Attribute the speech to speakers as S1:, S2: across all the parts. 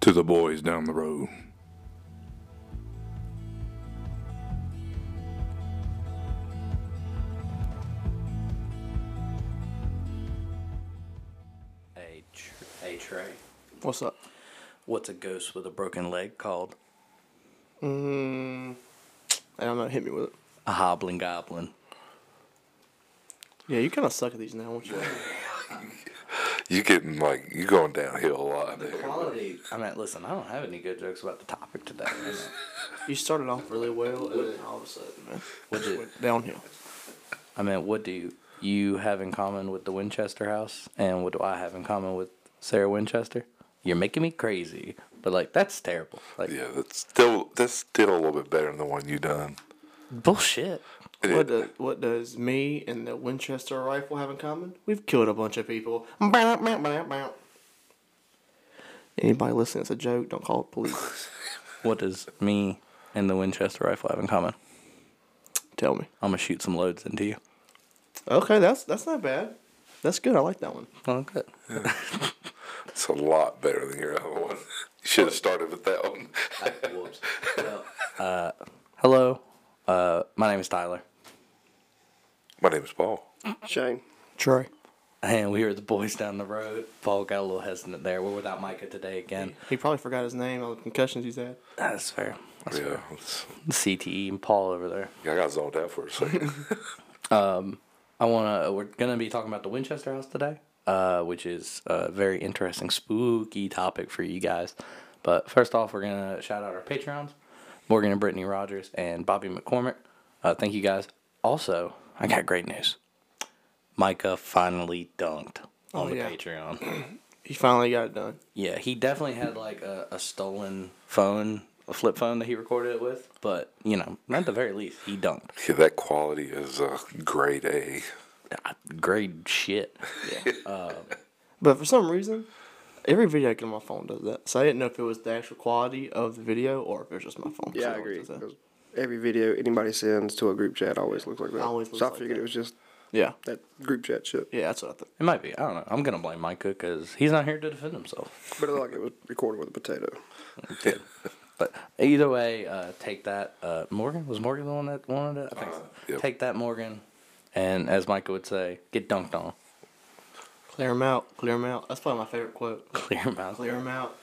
S1: to the boys down the road.
S2: A, tr- a tray.
S3: What's up?
S2: What's a ghost with a broken leg called?
S3: Mm, I don't know. Hit me with it.
S2: A hobbling goblin.
S3: Yeah, you kind of suck at these now, will not you?
S1: You getting like you going downhill a lot there.
S2: Quality. I mean, listen, I don't have any good jokes about the topic today.
S3: You started off really well, and then all of a sudden, man,
S2: What'd you-
S3: went downhill.
S2: I mean, what do you, you have in common with the Winchester house? And what do I have in common with Sarah Winchester? You're making me crazy. But, like, that's terrible. Like,
S1: Yeah, that's still that's still a little bit better than the one you done.
S2: bullshit.
S1: It
S3: What,
S1: is-
S3: do, what does me and the Winchester rifle have in common? We've killed a bunch of people. Anybody listening, it's a joke. Don't call the police.
S2: What does me and the Winchester rifle have in common?
S3: Tell me.
S2: I'm going to shoot some loads into you.
S3: Okay, that's that's not bad. That's good. I like that one.
S2: Oh, good.
S1: it's a lot better than your other one. You should have started with that one.
S2: Whoops. hello. Uh, my name is Tyler.
S1: My name is Paul.
S4: Shane.
S3: Trey.
S2: And we were the boys down the road. Paul got a little hesitant there. We're without Micah today again.
S3: He probably forgot his name. All the concussions he's had.
S2: That's fair. That's
S1: Yeah,
S2: fair.
S1: it's-
S2: CTE E and Paul over there.
S1: I got zoned out for a second.
S2: I wanna. We're gonna be talking about the Winchester House today, uh, which is a very interesting, spooky topic for you guys. But first off, we're gonna shout out our patrons, Morgan and Brittany Rogers and Bobby McCormick. Uh, thank you guys. Also, I got great news. Micah finally dunked on
S3: Oh,
S2: the
S3: yeah.
S2: Patreon.
S3: He finally got it done.
S2: Yeah, he definitely had like a, a stolen phone, a flip phone that he recorded it with. But you know, at the very least, he dunked.
S1: Yeah, that quality is uh, grade A.
S2: Ah, Grade shit.
S3: But for some reason, every video I get on my phone does that. So I didn't know if it was the actual quality of the video or if it was just uh, my phone.
S4: Yeah, I
S3: So it
S4: agree.
S3: does that.
S4: 'cause Every video anybody sends to a group chat always looks like that.
S3: Always
S4: so I
S3: looks like
S4: figured
S3: that.
S4: it was just
S3: Yeah.
S4: that group chat shit.
S3: Yeah, that's what I think.
S2: It might be. I don't know. I'm gonna blame Micah because he's not here to defend himself.
S4: But it looked like it was recorded with a potato.
S2: But either way, uh, take that. Uh, Morgan was Morgan the one that wanted it. I think so.
S1: yep.
S2: Take that, Morgan. And as Micah would say, get dunked on.
S3: Clear him out. Clear him out. That's probably my favorite quote.
S2: Clear him out.
S3: Clear him out.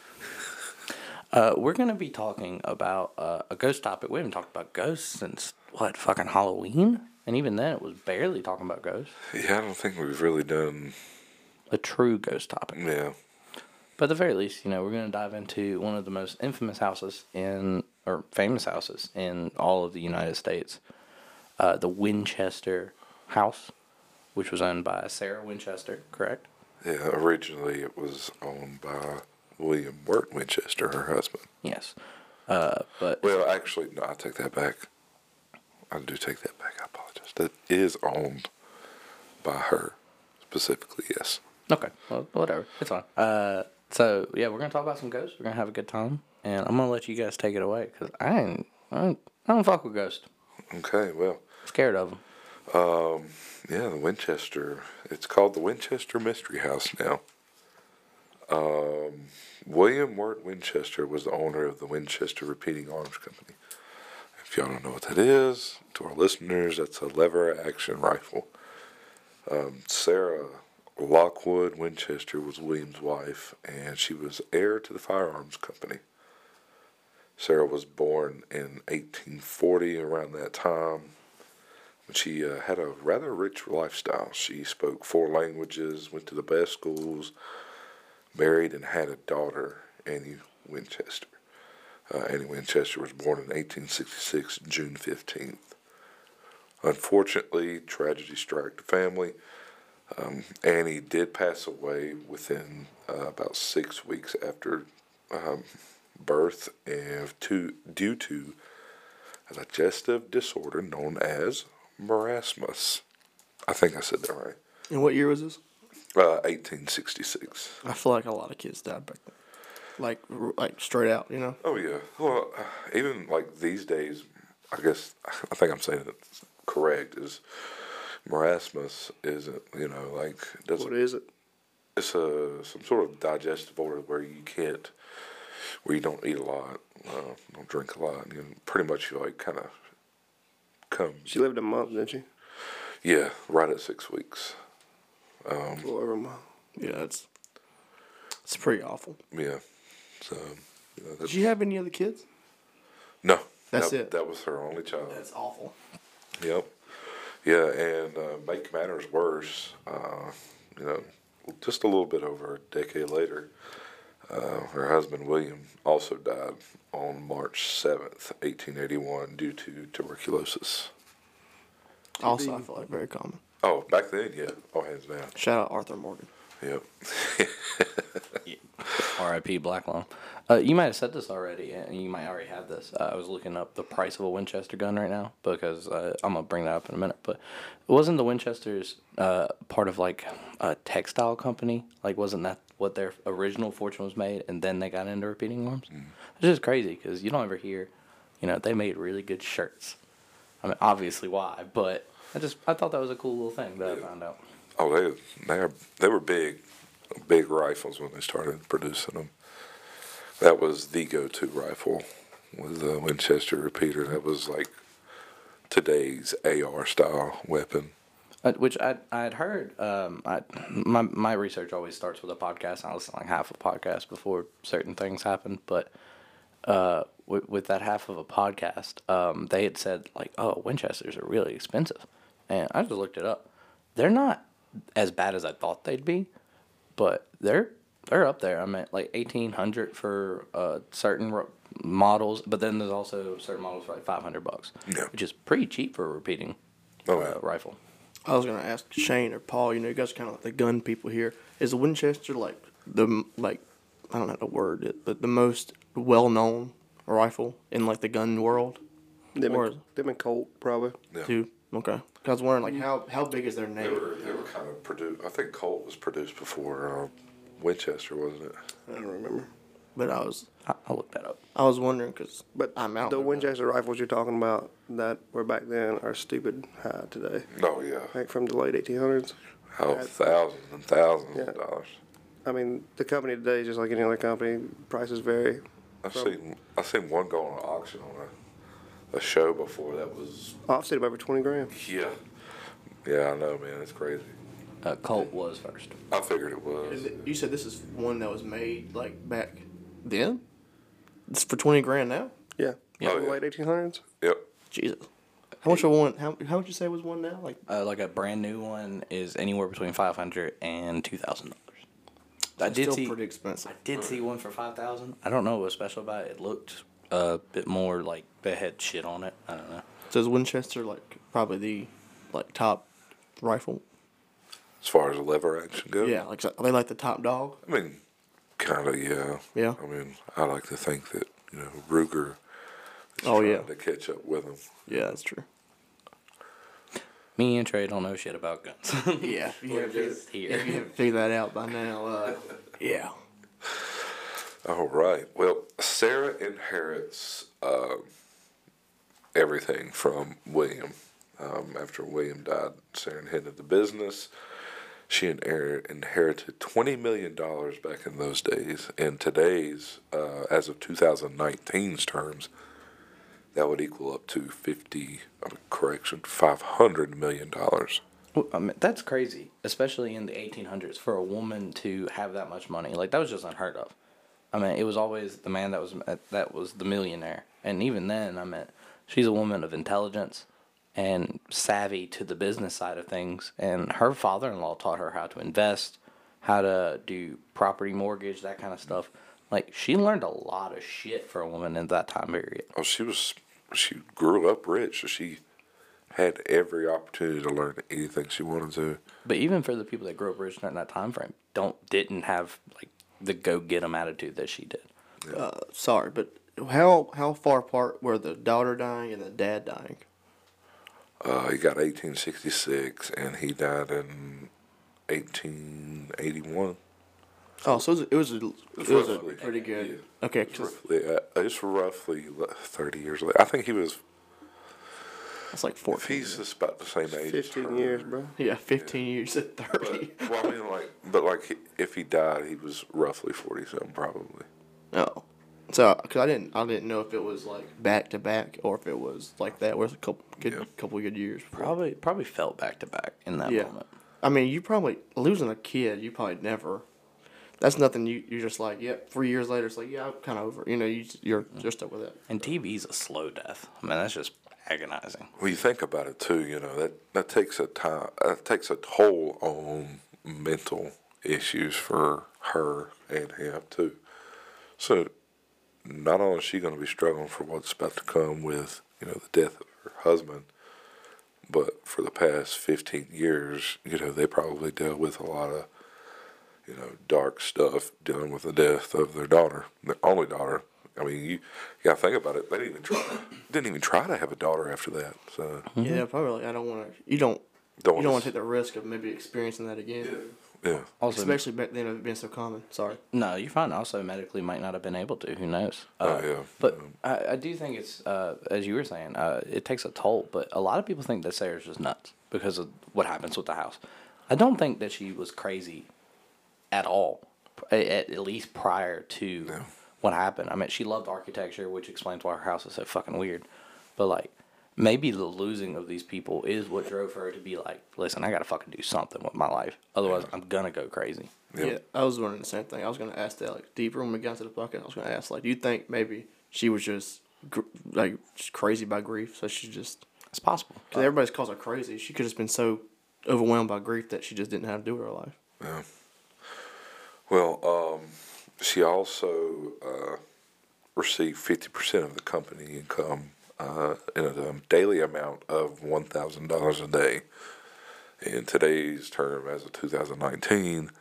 S2: Uh, we're gonna be talking about uh, a ghost topic. We haven't talked about ghosts since what fucking Halloween, and even then, it was barely talking about ghosts.
S1: Yeah, I don't think we've really done.
S2: A true ghost topic.
S1: Yeah,
S2: But at the very least, you know, we're gonna dive into one of the most infamous houses in, or famous houses in all of the United States, uh, the Winchester House, which was owned by Sarah Winchester. Correct.
S1: yeah. Originally, it was owned by William Wirt Winchester, her husband.
S2: Yes. Uh, but
S1: Well, actually, no, I take that back. I do take that back. I apologize. That is owned by her specifically, yes.
S2: Okay, well, whatever. It's fine. Uh, so yeah, we're gonna talk about some ghosts. We're gonna have a good time, and I'm gonna let you guys take it away because I ain't, I ain't, I don't fuck with ghosts.
S1: Okay, well,
S2: Scared of them.
S1: yeah, the Winchester. It's called the Winchester Mystery House now. Um, William Wirt Winchester was the owner of the Winchester Repeating Arms Company. If y'all don't know what that is, to our listeners, that's a lever action rifle. Um, Sarah Lockwood Winchester was William's wife, and she was heir to the firearms company. Sarah was born in 1840, around that time. She uh, had a rather rich lifestyle. She spoke four languages, went to the best schools, married, and had a daughter, Annie Winchester. Uh, Annie Winchester was born in 1866, June 15th. Unfortunately, tragedy struck the family. Um, Annie did pass away within uh, about six weeks after um, birth, and to, due to a digestive disorder known as marasmus. I think I said that right.
S3: And what year was this?
S1: Uh, 1866.
S3: I feel like a lot of kids died back then. Like, r- like straight out, you know?
S1: Oh yeah. Well, uh, even like these days, I guess I think I'm saying it correct is marasmus isn't you know like doesn't
S4: What is it?
S1: it's a some sort of digestive order where you can't where you don't eat a lot, uh, don't drink a lot, and you pretty much you like kind of come.
S4: She lived a month, didn't she?
S1: Yeah, right at six weeks.
S4: A little over a month.
S3: Yeah, it's it's pretty awful.
S1: Yeah, so you know,
S3: Did
S1: that's,
S3: you have any other kids?
S1: no,
S3: That's
S1: that,
S3: it.
S1: That was her only child.
S3: awful.
S1: Yep. Yeah, and uh, make matters worse, uh, you know, just a little bit over a decade later, uh, her husband William also died on March 7th, 1881, due to tuberculosis.
S3: Also, I feel like very common.
S1: Oh, back then, yeah. Oh, hands down.
S3: Shout out Arthur Morgan.
S1: Yep.
S2: R.I.P. Black Lung. Uh, you might have said this already, and you might already have this. Uh, I was looking up the price of a Winchester gun right now because uh, I'm gonna bring that up in a minute. But wasn't the Winchesters uh, part of like a textile company? Like, wasn't that what their original fortune was made, and then they got into repeating arms? It's just crazy because you don't ever hear, you know, they made really good shirts. I mean, obviously why, but I just I thought that was a cool little thing that I found out.
S1: Oh, they they are they were big, big rifles when they started producing them. That was the go-to rifle with the Winchester repeater. That was like today's AR style weapon.
S2: Uh, which I I had heard. Um, I my my research always starts with a podcast. and I listen to like half a podcast before certain things happen. But uh, with, with that half of a podcast, um, they had said like, oh, Winchesters are really expensive, and I just looked it up. They're not as bad as I thought they'd be, but they're they're up there. I mean, like eighteen hundred for uh, certain ro- models, but then there's also certain models for like five hundred bucks,
S1: Yeah.
S2: which is pretty cheap for a repeating
S1: Oh,
S2: uh,
S1: yeah.
S2: rifle.
S3: I was gonna ask Shane or Paul. You know, you guys are kind of like the gun people here. Is Winchester like the m- like I don't know how to word it, but the most well known rifle in like the gun world?
S4: Them,
S3: Or-
S4: and, them and Colt, probably.
S1: Yeah.
S3: Too okay. 'Cause I was wondering like how how big is their
S1: They
S3: name?
S1: were they were kind of produced. I think Colt was produced before um, Winchester, wasn't it?
S4: I don't remember.
S3: But I was
S2: I- I'll look that up.
S3: I was wondering because
S4: But
S3: I'm out.
S4: the Winchester rifles you're talking about that were back then are stupid high today.
S1: Oh yeah.
S4: Like from the late 1800s.
S1: Oh, thousands and thousands
S4: Yeah.
S1: of dollars.
S4: I mean, the company today is just like any other company. Prices vary.
S1: I've
S4: From-
S1: seen I've seen one go on auction on a, a show before that was
S4: Offset of over 20 grand.
S1: yeah. Yeah, I know, man. It's crazy.
S2: Uh, Colt was first.
S1: I figured it was.
S3: Is it- You said this is one that was made like back then. It's for twenty grand now.
S4: Yeah.
S1: Yeah.
S4: From
S1: Oh,
S4: the
S1: yeah.
S4: late 1800s.
S1: Yep.
S3: Jesus, how much a one? How how much you say was one now? Like
S2: Uh, like a brand new one is anywhere between five hundred and two thousand dollars. I
S3: it's
S2: did
S3: still
S2: see.
S3: pretty expensive.
S2: I did see one for five thousand. I don't know what was special about it. It looked a bit more like they had shit on it. I don't know.
S3: So is Winchester like probably the like top rifle?
S1: As far as lever action goes.
S3: Yeah, like so- are they like the top dog?
S1: I mean, kind of, yeah.
S3: Yeah.
S1: I mean, I like to think that, you know, Ruger is
S3: Oh,
S1: trying
S3: yeah.
S1: to catch up with him.
S3: Yeah, that's true.
S2: Me and Trey don't know shit about guns.
S3: Yeah, if you
S2: We're
S3: haven't figured-
S2: just
S3: if you
S2: here.
S3: haven't figured that out by now, uh, yeah.
S1: All right. Well, Sarah inherits um everything from William. Um, after William died, Sarah inherited the business. She inher- inherited $20 million back in those days. In today's, uh, as of 2019's terms, that would equal up to 50, uh, correction, $500 million.
S2: Well, I mean, that's crazy, especially in the 1800s, for a woman to have that much money. Like that was just unheard of. I mean, it was always the man that was uh, that was the millionaire, and even then, I mean, she's a woman of intelligence and savvy to the business side of things. And her father-in-law taught her how to invest, how to do property mortgage, that kind of stuff. Like she learned a lot of shit for a woman in that time period.
S1: Oh, she was, she grew up rich, so she had every opportunity to learn anything she wanted to.
S2: But even for the people that grew up rich during that time frame, don't didn't have like the go get 'em attitude that she did.
S3: Uh, sorry, but how how far apart were the daughter dying and the dad dying?
S1: Uh, he got 1866, and he died in 1881.
S3: Oh, so it was a, it was a, it was a
S1: roughly-
S3: pretty good.
S1: yeah.
S3: Okay,
S1: It's
S3: 'cause
S1: roughly, uh, it's roughly le- 30 years later. I think he was,
S3: that's like
S1: if
S3: fourteen.
S1: he's just about the same age. as
S4: 15
S1: her.
S4: years, bro.
S3: Yeah, fifteen years at thirty.
S1: But, well, I mean, like, but like, he- if he died, he was roughly 40 something, probably.
S3: Oh, So, cause I didn't, I didn't know if it was like back to back or if it was like that. Was a couple, good,
S1: Yeah.
S3: couple good years. before.
S2: Probably probably felt back to back in that
S3: yeah.
S2: moment.
S3: I mean, you probably losing a kid. You probably never. That's nothing. You you're just like, yep. Three years later, it's like, yeah, I'm kind of over. it. You know, you you're
S2: Mm-hmm.
S3: you're stuck with it.
S2: And TB's a slow death. I mean, that's just agonizing.
S1: Well, you think about it too. You know that that takes a time. That takes a toll on mental issues for her and him too. So, not only is she going to be struggling for what's about to come with you know the death of her husband, but for the past fifteen years, you know they probably dealt with a lot of you know dark stuff dealing with the death of their daughter, their only daughter. I mean, you, you gotta think about it. They didn't even try. Didn't even try to have a daughter after that. So
S2: Mm-hmm.
S3: Yeah, probably. Like, I don't want to. You don't.
S1: Don't
S3: you
S1: wanna
S3: don't want
S1: s-
S3: to take the risk of maybe experiencing that again,
S1: yeah,
S2: Also,
S3: especially back then of it being so common. Sorry.
S2: No, you're fine. Also, medically might not have been able to. Who knows? Uh,
S1: Oh, yeah.
S2: But I, I do think it's, uh, as you were saying, uh, it takes a toll. But a lot of people think that Sarah's just nuts because of what happens with the house. I don't think that she was crazy at all, at, at least prior to what happened. I mean, she loved architecture, which explains why her house is so fucking weird. But, like, maybe the losing of these people is what drove her to be like, listen, I got to fucking do something with my life. Otherwise, I'm going to go crazy.
S1: Yeah.
S3: Yeah, I was wondering the same thing. I was gonna ask that like deeper when we got to the bucket. I was gonna ask like, do you think maybe she was just gr- like just crazy by grief? So she just
S2: It's possible.
S3: cause everybody's calls her crazy. She could have been so overwhelmed by grief that she just didn't have to do with her life.
S1: yeah. Well, um, she also uh, received fifty percent of the company income uh, in a um, daily amount of one thousand dollars a day. In today's term, as of two thousand nineteen,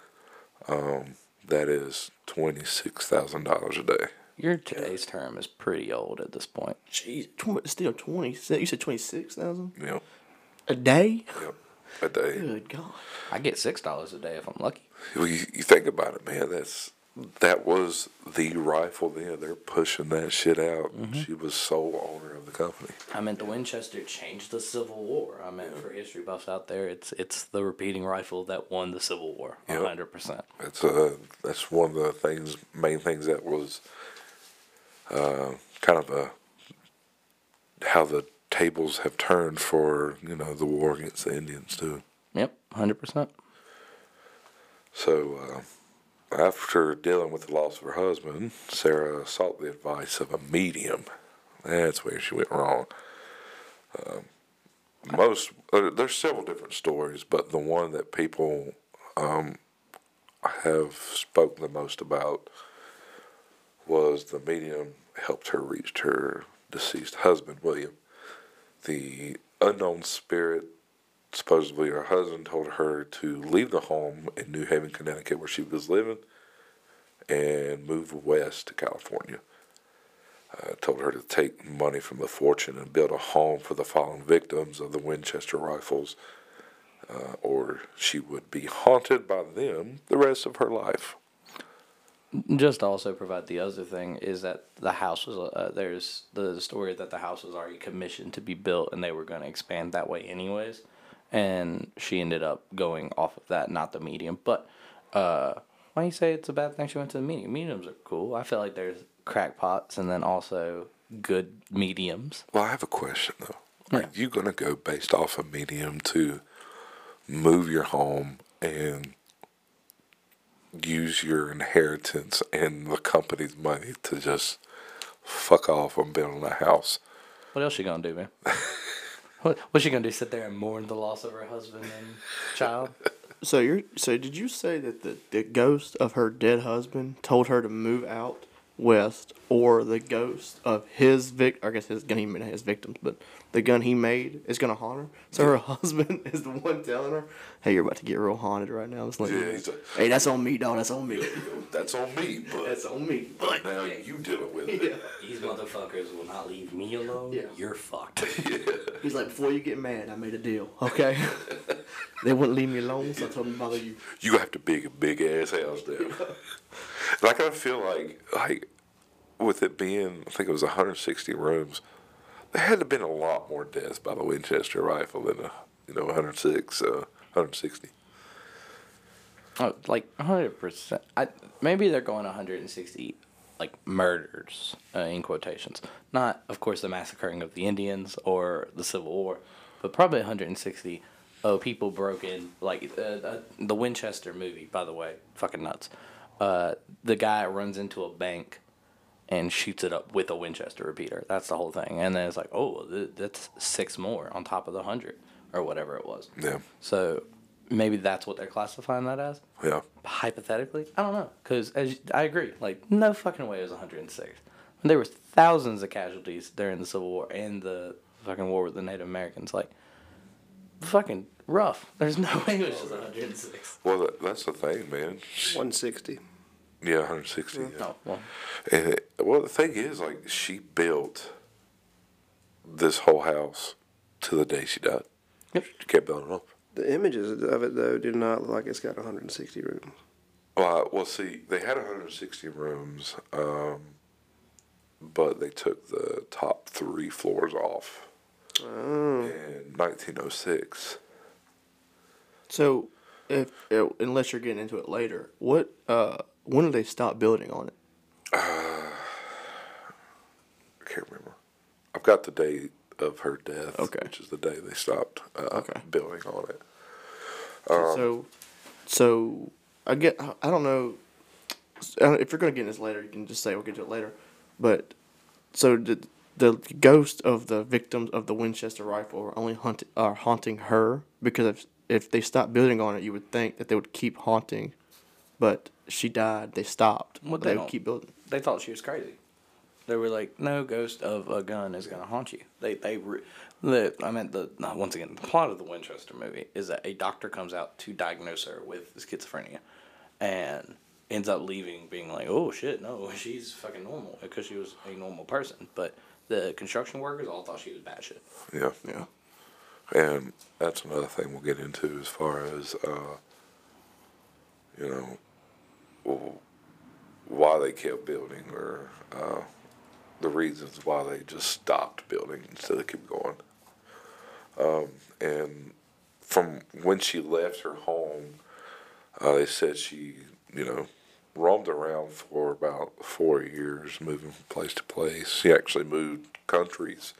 S1: um, that is twenty six thousand dollars a day.
S2: Your today's term is pretty old at this point.
S3: Jeez, tw- still twenty. You said twenty six thousand
S1: Yep,
S3: a day.
S1: yep, a day.
S3: Good God.
S2: I get six dollars a day if I'm lucky.
S1: Well, you, you think about it, man. That's that was the rifle then. They're pushing that shit out. She was sole owner of the company.
S2: I meant the Winchester changed the Civil War. I meant for history buffs out there, it's it's the repeating rifle that won the Civil War.
S1: Yep.
S2: hundred percent.
S1: That's uh that's one of the things, main things that was uh, kind of a how the tables have turned for you know the war against the Indians too.
S2: Yep, hundred percent.
S1: So, uh, after dealing with the loss of her husband, Sarah sought the advice of a medium. That's where she went wrong. Um, most uh, there's several different stories, but the one that people um, have spoken the most about was the medium helped her reach her deceased husband, William. The unknown spirit supposedly her husband told her to leave the home in New Haven, Connecticut, where she was living, and move west to California. Uh, told her to take money from the fortune and build a home for the fallen victims of the Winchester rifles, uh, or she would be haunted by them the rest of her life.
S2: Just to also provide the other thing is that the house was uh, there's the story that the house was already commissioned to be built and they were going to expand that way anyways, and she ended up going off of that, not the medium. But uh, why you say it's a bad thing she went to the medium? Mediums are cool. I feel like there's crackpots and then also good mediums.
S1: Well, I have a question though. Are you going to go based off a medium to move your home and use your inheritance and the company's money to just fuck off on building a house?
S2: What else she gonna do, man? what what's she gonna do? Sit there and mourn the loss of her husband and child?
S3: So you're so did you say that the, the ghost of her dead husband told her to move out west or the ghost of his vic I guess his gun he made his victims, but the gun he made is gonna haunt her. So her husband is the one telling her, Hey, you're about to get real haunted right now. It's like
S1: Yeah, he's a-
S3: Hey, that's on me, dog, that's on me.
S1: That's on me,
S3: That's on me.
S1: but now you dealing with it.
S3: Yeah.
S2: These motherfuckers will not leave me alone.
S3: Yeah.
S2: You're fucked.
S3: He's like, Before you get mad, I made a deal, okay? they wouldn't leave me alone, so I told them to bother you.
S1: You have to big a big ass house down. like I feel like like with it being I think it was 160 rooms, there had to have been a lot more deaths by the Winchester rifle than a, you know 106, uh, 160.
S2: Oh, like hundred percent. I maybe they're going one hundred and sixty like murders uh, in quotations. Not, of course, the massacring of the Indians or the Civil War, but probably 160 oh people broke in. Like uh, uh, the Winchester movie, by the way, fucking nuts. Uh, the guy runs into a bank and shoots it up with a Winchester repeater. That's the whole thing. And then it's like, oh, th- that's six more on top of the hundred or whatever it was.
S1: Yeah.
S2: So maybe that's what they're classifying that as
S1: Yeah.
S2: hypothetically i don't know because as you- i agree like no fucking way it was 106 there was thousands of casualties during the civil war and the fucking war with the native americans like fucking rough there's no way it was just 106
S1: Well, that, that's the thing, man.
S4: 160.
S1: Yeah, 160. yeah.
S2: no well
S1: And it, well, the thing is, like, she built this whole house to the day she died.
S2: Yep.
S1: She kept building up.
S4: The images of it though do not look like it's got 160 rooms.
S1: Uh, well, see, they had 160 rooms, um, but they took the top three floors off
S4: Oh,
S1: in 1906.
S3: So, if uh, unless you're getting into it later, what uh when did they stop building on it?
S1: I can't remember. I've got the day of her death,
S3: Okay.
S1: which is the day they stopped uh,
S3: Okay.
S1: building on it.
S3: so, so I get I don't know I don't- if you're gonna get into this later. You can just say we'll get to it later. But so the the ghost of the victims of the Winchester rifle are only hunt are haunting her because if if they stopped building on it, you would think that they would keep haunting, but she died. They stopped.
S2: Well,
S3: but
S2: they
S3: they, would
S2: don't.
S3: keep building.
S2: they thought she was crazy they were like no ghost of a gun is going to haunt you they they re- the i meant the no, once again the plot of the winchester movie is that a doctor comes out to diagnose her with schizophrenia and ends up leaving being like oh shit no she's fucking normal because she was a normal person but the construction workers all thought she was bad shit
S1: Yeah.
S3: Yeah.
S1: And that's another thing we'll get into as far as, uh, you know, w- why they kept building or uh, the reasons why they just stopped building instead of keep going. Um, and from when she left her home, uh, they said she, you know, roamed around for about four years, moving from place to place. She actually moved countries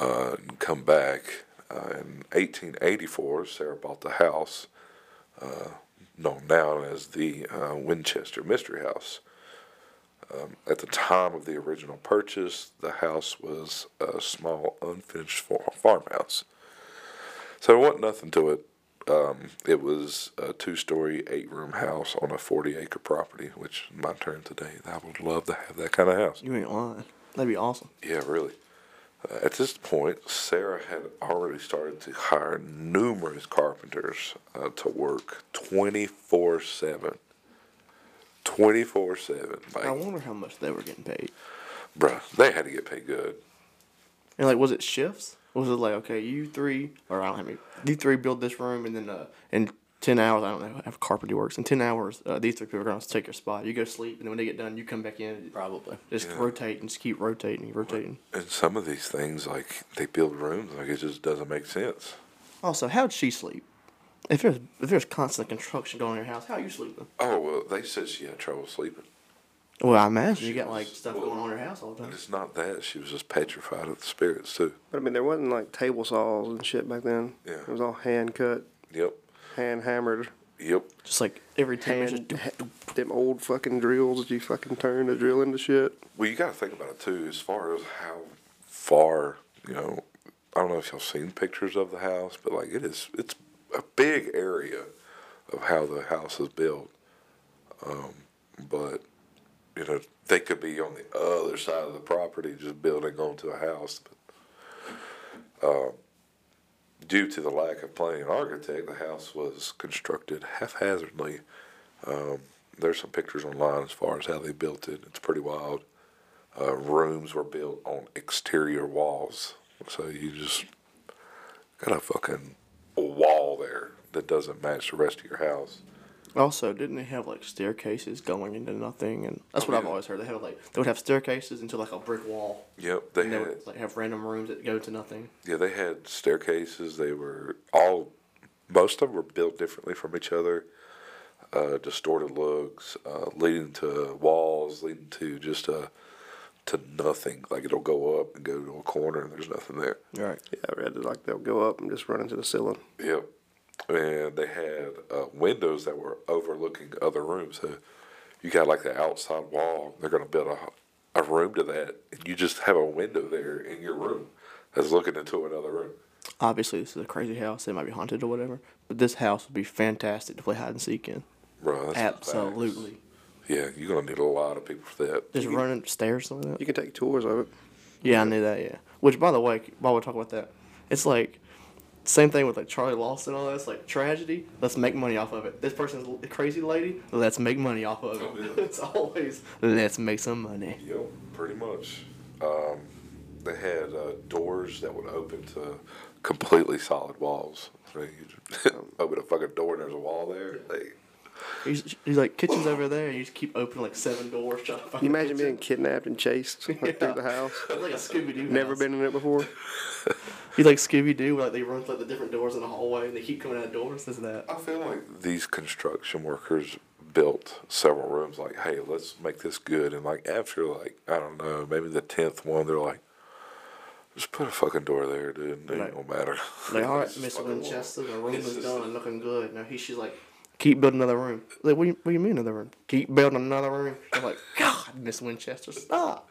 S1: uh, and come back. Uh, in 1884, Sarah bought the house, uh, known now as the uh, Winchester Mystery House. Um, at the time of the original purchase, the house was a small, unfinished fa- farmhouse. So there wasn't nothing to it. Um, it was a two story, eight room house on a 40 acre property, which in my turn today, I would love to have that kind of house.
S3: You ain't lying. That'd be awesome.
S1: Yeah, really. Uh, at this point, Sarah had already started to hire numerous carpenters uh, to work 24 7. 24 7.
S3: I
S1: Like,
S3: wonder how much they were getting paid.
S1: bruh, they had to get paid good.
S3: And like, was it shifts? Was it like, okay, you three, or I don't have any, you three build this room, and then uh, in ten hours, I don't know how carpentry works. In ten hours, uh, these three people are gonna take your spot. You go sleep, and then when they get done, you come back in. and
S2: probably
S3: Just rotate and just keep rotating, rotating.
S1: And some of these things, like, they build rooms, like, it just doesn't make sense.
S3: Also, how'd she sleep? If there's if there's constant construction going on in your house, how are you sleeping?
S1: Oh, well, they said she had trouble sleeping.
S3: Well, I imagine you got like
S1: was-
S3: stuff
S1: well,
S3: going on in your house all the
S1: And
S3: time.
S1: it's not that. She was just petrified of the spirits, too.
S4: but I mean there wasn't like table saws and shit back then.
S1: Yeah.
S4: It was all hand cut,
S1: Yep.
S4: hand hammered,
S1: Yep.
S3: Just like every ten minutes,
S4: hand
S3: just
S4: ha- them old fucking drills that you fucking turn to drill into shit.
S1: Well, you got to think about it too, as far as how far you know. I don't know if y'all seen pictures of the house, but like it is, it's a big area of how the house is built. Um, but you know, they could be on the other side of the property, just building onto a house. But uh, due to the lack of planning and architect, the house was constructed haphazardly. Um, there's some pictures online as far as how they built it. It's pretty wild uh, rooms were built on exterior walls. So you just got a fucking wall there that doesn't match the rest of your house.
S3: Also, didn't they have like staircases going into nothing? And that's what I've
S1: Yeah.
S3: always heard. They had like they would have staircases into like a brick wall,
S1: Yep, they
S3: and they
S1: had
S3: would like have random rooms that go to nothing.
S1: yeah they had staircases. They were all most of them were built differently from each other. Uh, distorted looks uh, leading to walls walls leading to just uh to nothing. Like it'll go up and go to a corner and there's nothing there.
S3: Right.
S4: Yeah, I read it like they'll go up and just run into the ceiling.
S1: Yep. And they had uh, windows that were overlooking other rooms. So you got like the outside wall. They're going to build a, a room to that. And you just have a window there in your room that's looking into another room.
S3: Obviously, this is a crazy house. It might be haunted or whatever. But this house would be fantastic to play hide and seek in.
S1: Bro, that's
S3: Absolutely.
S1: facts. Yeah, you're going to need a lot of people for that.
S3: Just running stairs like that.
S4: You can take tours of it.
S3: Yeah, I knew that. Yeah. Which, by the way, while we're talking about that, it's like same thing with like Charlie Lawson and all that. It's like tragedy. Let's make money off of it. This person's a crazy lady. Let's make money off of
S1: Oh,
S3: it.
S1: yeah.
S3: it's always let's make some money.
S1: Yep, pretty much. Um, they had uh, doors that would open to completely solid walls. I mean, you just open a fucking door and there's a wall there. Like,
S3: He's, he's like kitchen's over there, and you just keep opening like seven doors trying to find.
S4: You
S3: the
S4: imagine being
S3: kitchen.
S4: kidnapped and chased like,
S3: Yeah.
S4: through the house.
S3: It's like a Scooby Doo.
S4: Never been in it before.
S3: He's like Scooby Doo, like they run through like, the different doors in the hallway, and they keep coming out of doors. This and that.
S1: I feel like these construction workers built several rooms like, hey, let's make this good. And like after like, I don't know, maybe the 10th one, they're like, just put a fucking door there, dude. It
S3: Right.
S1: ain't gonna matter.
S3: Like, all right,
S1: It's just
S3: Miss
S1: fucking wall.
S3: Winchester, the room
S1: It's
S3: is
S1: just-
S3: done and looking good. Now he, she's like, keep building another room. Like, what do you, what do you mean another room? Keep building another room. I'm like, God, Miss Winchester, stop.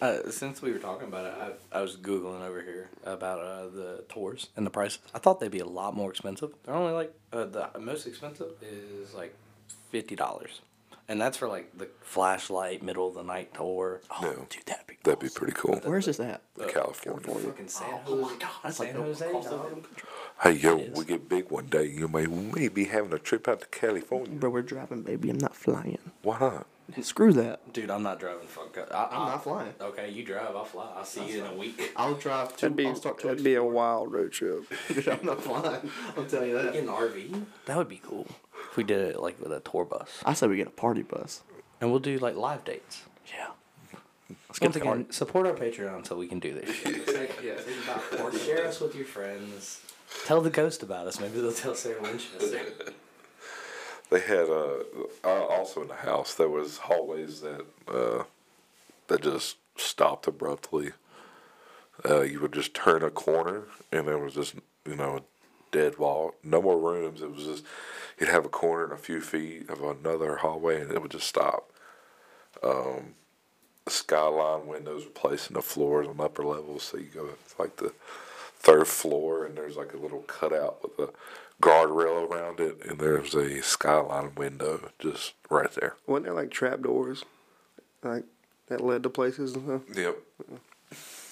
S2: Uh, since we were talking about it, I, I was googling over here about uh, the tours and the prices. I thought they'd be a lot more expensive. They're only like uh, the most expensive is like fifty dollars, and that's for like the flashlight middle of the night tour. Oh,
S1: Yeah.
S2: dude, that'd be
S1: That'd be pretty cool.
S3: Where's this at?
S1: In California.
S2: fucking San Jose.
S3: Oh my God, that's like
S2: San
S3: no
S2: Jose.
S3: cost of
S2: dog.
S1: Hey, yo,
S2: It is.
S1: we get big one day. You may we be having a trip out to California.
S3: Bro, we're driving, baby. I'm not flying.
S1: Why not?
S3: Screw that.
S2: Dude, I'm not driving. Fuck. I, I,
S3: I'm not flying.
S2: Okay, you drive. I'll fly. I'll see you in a week.
S3: I'll drive to.
S4: That'd be,
S3: I'll start to.
S4: that'd be a wild road trip.
S3: Dude, I'm not flying. I'm telling you
S2: Get
S3: that.
S2: an RV. That would be cool if we did it like with a tour bus,
S3: I said we get a party bus.
S2: and we'll do like live dates.
S3: Yeah. Let's
S2: Once
S3: get a party.
S2: again, support our Patreon so we can do this shit. Share us with your friends. Tell the ghost about us. Maybe they'll tell Sarah Winchester.
S1: They had uh, uh, also in the house there was hallways that uh, that just stopped abruptly. Uh, you would just turn a corner and there was just you know a dead wall, no more rooms. It was just you'd have a corner and a few feet of another hallway and it would just stop. Um, skyline windows were placed in the floors on upper levels, so you go it's like the third floor and there's like a little cutout with a guardrail around it and there's a skyline window just right there.
S4: Wasn't there like trap doors, like that led to places and stuff?
S1: Yep.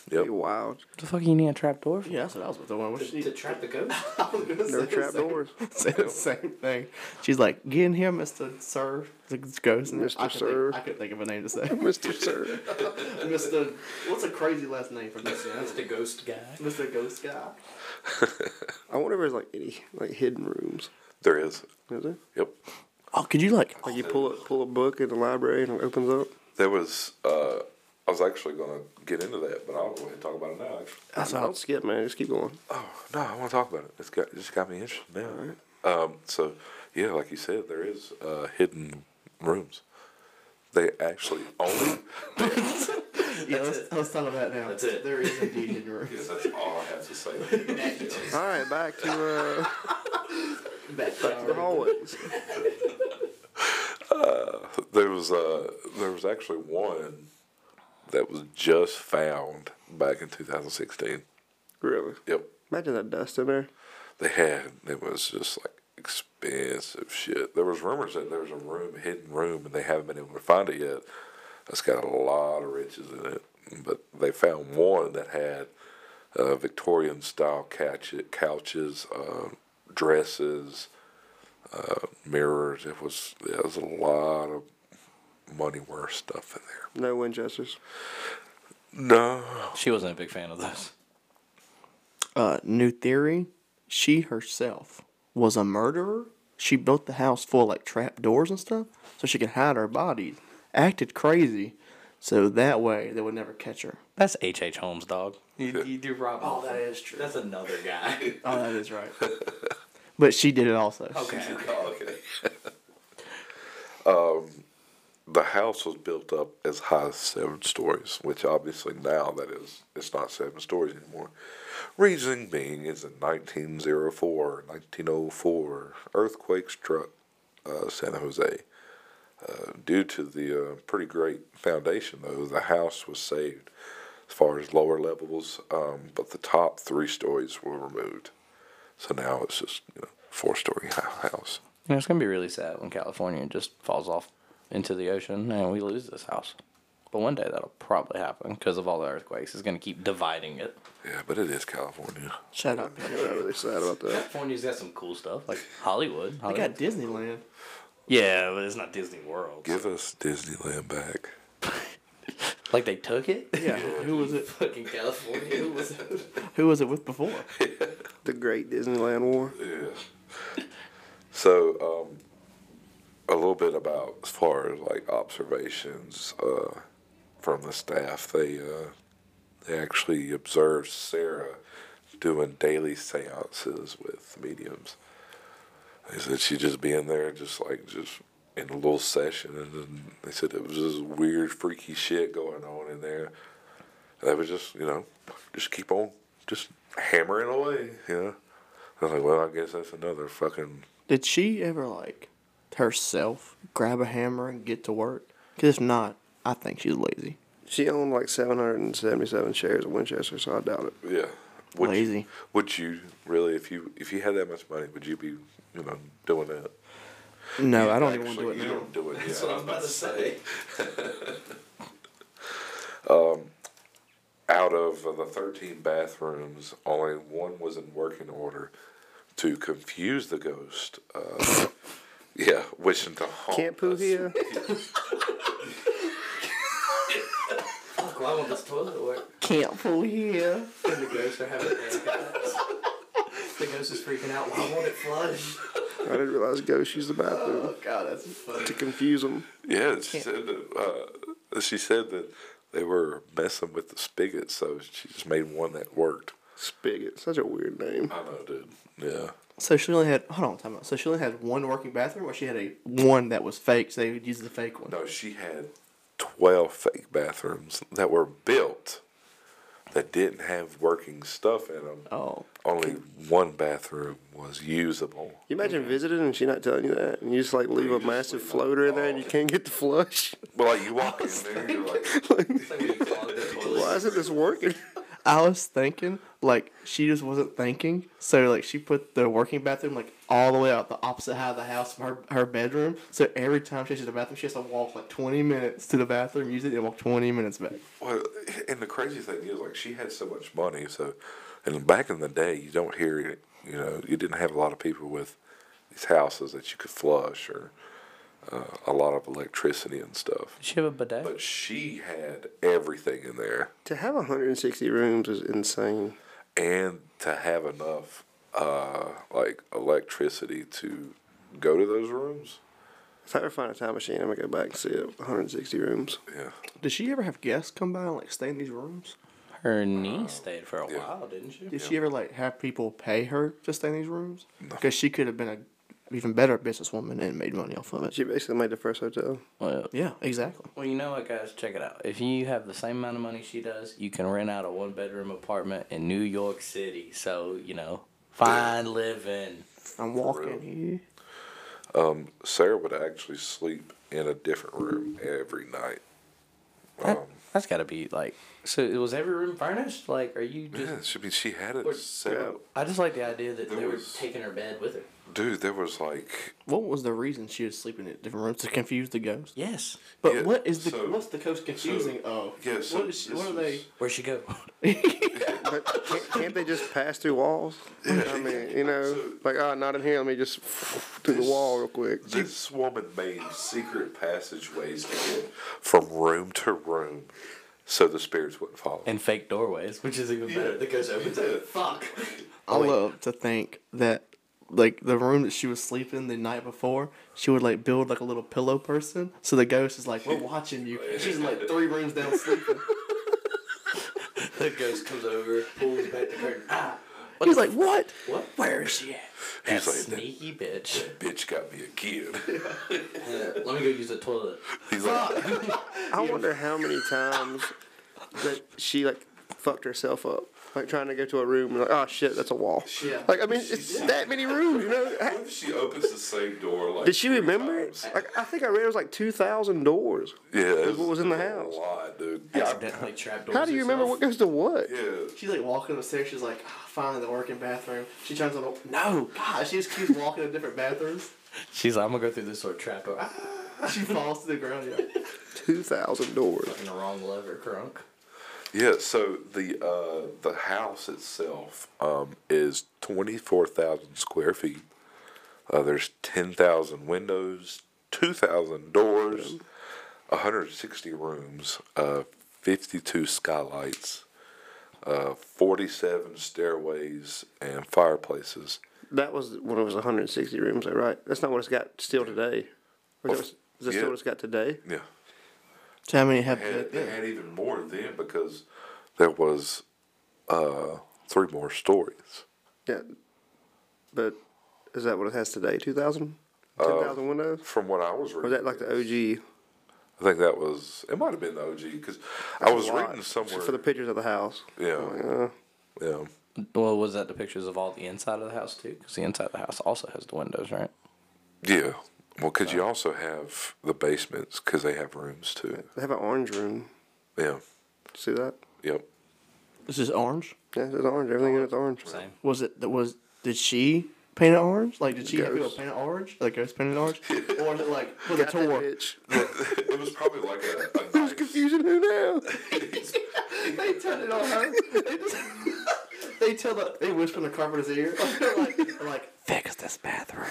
S4: It'd
S1: Yep.
S4: be wild.
S2: the fuck you need a trap door for?
S3: Yeah, that's what I was with the one. What's she?
S2: trap the ghost?
S3: I was gonna
S4: There were
S3: say the
S4: trap
S3: same-
S4: doors.
S3: Say the same thing. She's like, get in here, Mr. Sir. The ghost. and
S4: Mr.
S3: I could
S4: Sir.
S3: Think, I could think of a name to say.
S4: Mr. Sir.
S3: Mr. What's a crazy last name for this?
S2: That's the ghost guy.
S3: Mr. Ghost Guy.
S4: I wonder if there's like any like hidden rooms.
S1: There is.
S4: Is there?
S1: Yep.
S3: Oh, could you like?
S4: Like you pull up, pull a book in the library and it opens up.
S1: There was uh I was actually gonna get into that, but I'll go ahead and talk about it now actually.
S4: That's don't skip, man. Just keep going.
S1: Oh no, I wanna talk about it. It's got it's got me interested now. Um so yeah, like you said, there is uh hidden rooms. They actually only
S3: Yeah, let's, let's talk about that now.
S2: That's it.
S3: There is indeed in your
S1: Yes, that's all I have to say.
S4: All right, back to uh,
S3: back
S4: back to the hallways.
S1: there was uh there was actually one that was just found back in 2016.
S4: Really?
S1: Yep,
S4: Imagine that dust in there.
S1: they had it was just like expensive shit. There was rumors that there was a room, hidden room, and they haven't been able to find it yet. That's got a lot of riches in it, but they found one that had uh, Victorian style couch- couches, uh, dresses, uh, mirrors. It was yeah, it was a lot of money worth stuff in there.
S4: No Winchesters.
S1: No,
S2: She wasn't a big fan of those.
S3: Uh, new theory. She herself was a murderer. She built the house full of like trap doors and stuff, so she could hide her bodies. Acted crazy, so that way they would never catch her.
S2: That's H.H. H. Holmes, dog.
S1: You- you
S2: do rob.
S3: Oh, that is true.
S2: That's another guy.
S3: Oh, that is right. but she did it also.
S2: okay.
S1: Oh, okay. um, the house was built up as high as seven stories, which obviously now that is it's not seven stories anymore. Reason being is in 1904, 1904, earthquake oh struck uh, San Jose. Uh, due to the uh, pretty great foundation, though, the house was saved as far as lower levels, um, but the top three stories were removed. So now it's just you know, four story house.
S2: You know, it's gonna be really sad when California just falls off into the ocean and we lose this house. But one day that'll probably happen because of all the earthquakes. It's gonna keep dividing it.
S1: Yeah, but it is California.
S3: Shut up.
S4: I'm really sad about that.
S2: California's got some cool stuff like Hollywood.
S3: They got Disneyland.
S2: yeah, but it's not Disney World.
S1: Give us Disneyland back.
S2: Like they took it.
S3: Yeah. Who was it?
S2: Fucking California. Who was it?
S3: Who was it with before?
S4: The Great Disneyland War.
S1: Yeah. So, um, a little bit about as far as like observations uh, from the staff. They uh, they actually observed Sarah doing daily seances with mediums. They said she'd just be in there, just like just in a little session, and then they said it was just weird, freaky shit going on in there. And they would just, you know, just keep on just hammering away, you know. I was like, well, I guess that's another fucking
S3: Did she ever like herself grab a hammer and get to work? Because if not, I think she's lazy.
S4: She owned like 777 shares of Winchester, so I doubt it.
S1: yeah. Would You,
S3: Lazy.
S1: would you really, if you if you had that much money, would you be, you know, doing that?
S3: No, I don't even want to do it
S1: Actually,
S3: now.
S1: You don't do it.
S2: That's
S1: yeah.
S2: what I was about to say.
S1: Out of uh, the thirteen bathrooms, only one was in working order to confuse the ghost. Uh, yeah, wishing to haunt.
S4: Can't poo
S1: us.
S4: here.
S2: Fuck, why won't this toilet work?
S3: Can't fool here.
S2: And the ghosts are having handcuffs. The ghost is freaking out. Why won't it flush?
S4: I didn't realize ghosts use the
S3: Oh,
S4: bathroom
S2: God, that's funny.
S4: to confuse them.
S1: Yeah, she said that, uh, she said that they were messing with the spigot, so she just made one that worked.
S4: Spigot. Such a weird name.
S1: I know, dude. Yeah.
S3: So she only had hold on, time out. So she only had one working bathroom, or she had a one that was fake, so they would use the fake one.
S1: No, she had 12 fake bathrooms that were built that didn't have working stuff in them.
S3: Oh,
S1: Only one bathroom was usable.
S4: You imagine visiting and she not telling you that, and you just like "Oh, leave a massive floater in there, and you can't get the flush.
S1: But like you walk in there, you're like,
S4: Why isn't this working?
S3: I was thinking like she just wasn't thinking, so like she put the working bathroom like all the way out the opposite side of the house from her, her bedroom. So every time she has to the bathroom, she has to walk like twenty minutes to the bathroom, use it, and walk twenty minutes back.
S1: well, and the crazy thing is, like, she had so much money. So, and back in the day, you don't hear it, you know, you didn't have a lot of people with these houses that you could flush or uh, a lot of electricity and stuff.
S2: Did she have a bidet?
S1: But she had everything in there.
S4: To have 160 rooms is insane.
S1: and to have enough uh like electricity to go to those rooms
S4: If I ever find a time machine, I'm gonna go back and see it. 160 rooms.
S1: yeah
S3: Did she ever have guests come by and like stay in these rooms?
S2: Her niece stayed for a
S1: Yeah.
S2: while, didn't she?
S3: Did she ever like have people pay her to stay in these rooms? Because she could have been a even better businesswoman and made money off of it.
S4: She basically made the first hotel.
S2: Well,
S3: Yeah, exactly.
S2: well, you know what, guys? Check it out. If you have the same amount of money she does, you can rent out a one bedroom apartment in New York City. So, you know, fine living.
S3: I'm walking here.
S1: sarah would actually sleep in a different room every night Um,
S2: That, has got to be like. So, was every room furnished? Like, are you just.
S1: yeah it should be she had it
S2: Or-
S1: set up
S2: I just like the idea that
S1: There
S2: they
S1: was-
S2: were taking her bed with her.
S1: dude there was like
S3: What was the reason she was sleeping in different rooms to confuse the ghost?
S2: Yes.
S3: But
S1: Yeah,
S3: what is the
S1: so-
S3: what's the ghost confusing of?
S1: yeah so
S3: what, is she, what
S1: this
S3: are they?
S1: was-
S2: Where'd she go?
S4: But can't, can't they just pass through walls? I mean, you know, like oh, not in here. Let me just through the wall real quick.
S1: this woman made secret passageways to get from room to room so the spirits wouldn't follow
S2: And fake doorways, which is even better. The ghost opens it. Fuck.
S3: I love to think that like the room that she was sleeping the night before, she would like build like a little pillow person. So the ghost is like, "We're watching you." And she's like three rooms down sleeping.
S2: The ghost comes over, pulls back the curtain. Ah,
S3: He's like, "What?"
S2: what? Where is she at? That
S1: He's like,
S2: sneaky bitch.
S1: bitch got me a kid
S2: Let me gonna go use the toilet.
S1: He's like,
S4: I wonder how many times that she like fucked herself up, like trying to go to a room and like, oh shit, that's a wall.
S3: Yeah.
S4: Like I mean, it's that many rooms, you know.
S1: what if she opens the same door? Like
S4: Did she
S1: three
S4: remember it?
S1: times?
S4: Like, I think I read it was like two thousand doors.
S1: Yeah,
S4: is what was in the house.
S1: A lot, dude.
S2: Accidentally trapdoors.
S4: How do you remember
S2: herself.
S4: what goes to what?
S1: Yeah,
S3: She's like walking upstairs. She's like, "Ah, finally the working bathroom. She turns on. The, no, God, she just keeps walking in different bathrooms.
S2: She's like, I'm gonna go through this sort of trapdoor. Ah,
S3: She falls to the ground. Yeah.
S4: Two thousand doors.
S2: in the wrong lever, crunk.
S1: yeah. So the uh, the house itself um, is twenty four thousand square feet. Uh, there's ten thousand windows, two thousand doors, one hundred sixty rooms, uh, fifty two skylights, uh, forty seven stairways and fireplaces.
S4: That was when it was 160 rooms, though, right? That's not what it's got still today. Or is that- is that
S1: yeah.
S4: still what it's got today?
S1: Yeah.
S3: So how many have?
S1: had, they had even more then because there was uh, three more stories.
S4: Yeah. But is that what it has today? 2,000?
S1: Uh,
S4: 10,000 windows?
S1: From what I was
S4: oh? Or
S1: reading,
S4: is that like the OG?
S1: I think that was it. Might have been the OG because I was
S4: A lot.
S1: reading somewhere.
S4: For the pictures of the house. Oh,
S1: yeah, yeah.
S2: Well, was that the pictures of all the inside of the house too? Because the inside of the house also has the windows, right?
S1: Yeah. Well, because you also have the basements because they have rooms too.
S4: They have an orange room.
S1: Yeah.
S4: See that?
S1: Yep.
S3: This is orange.
S4: Yeah, it's orange. Everything in it's orange.
S2: Same.
S3: Was it? that Was did she paint it orange? Like did she have people
S4: Ghost.
S3: paint it orange? Like ghost painted orange? or is it like with a
S4: Got that
S3: tour?
S4: bitch.
S1: it was probably like a, a nice,
S4: Confusing who now?
S3: they turned it on her. They, just, they tell the they whisper in the carpenter's ear. They're like, they're like
S2: Fix this bathroom.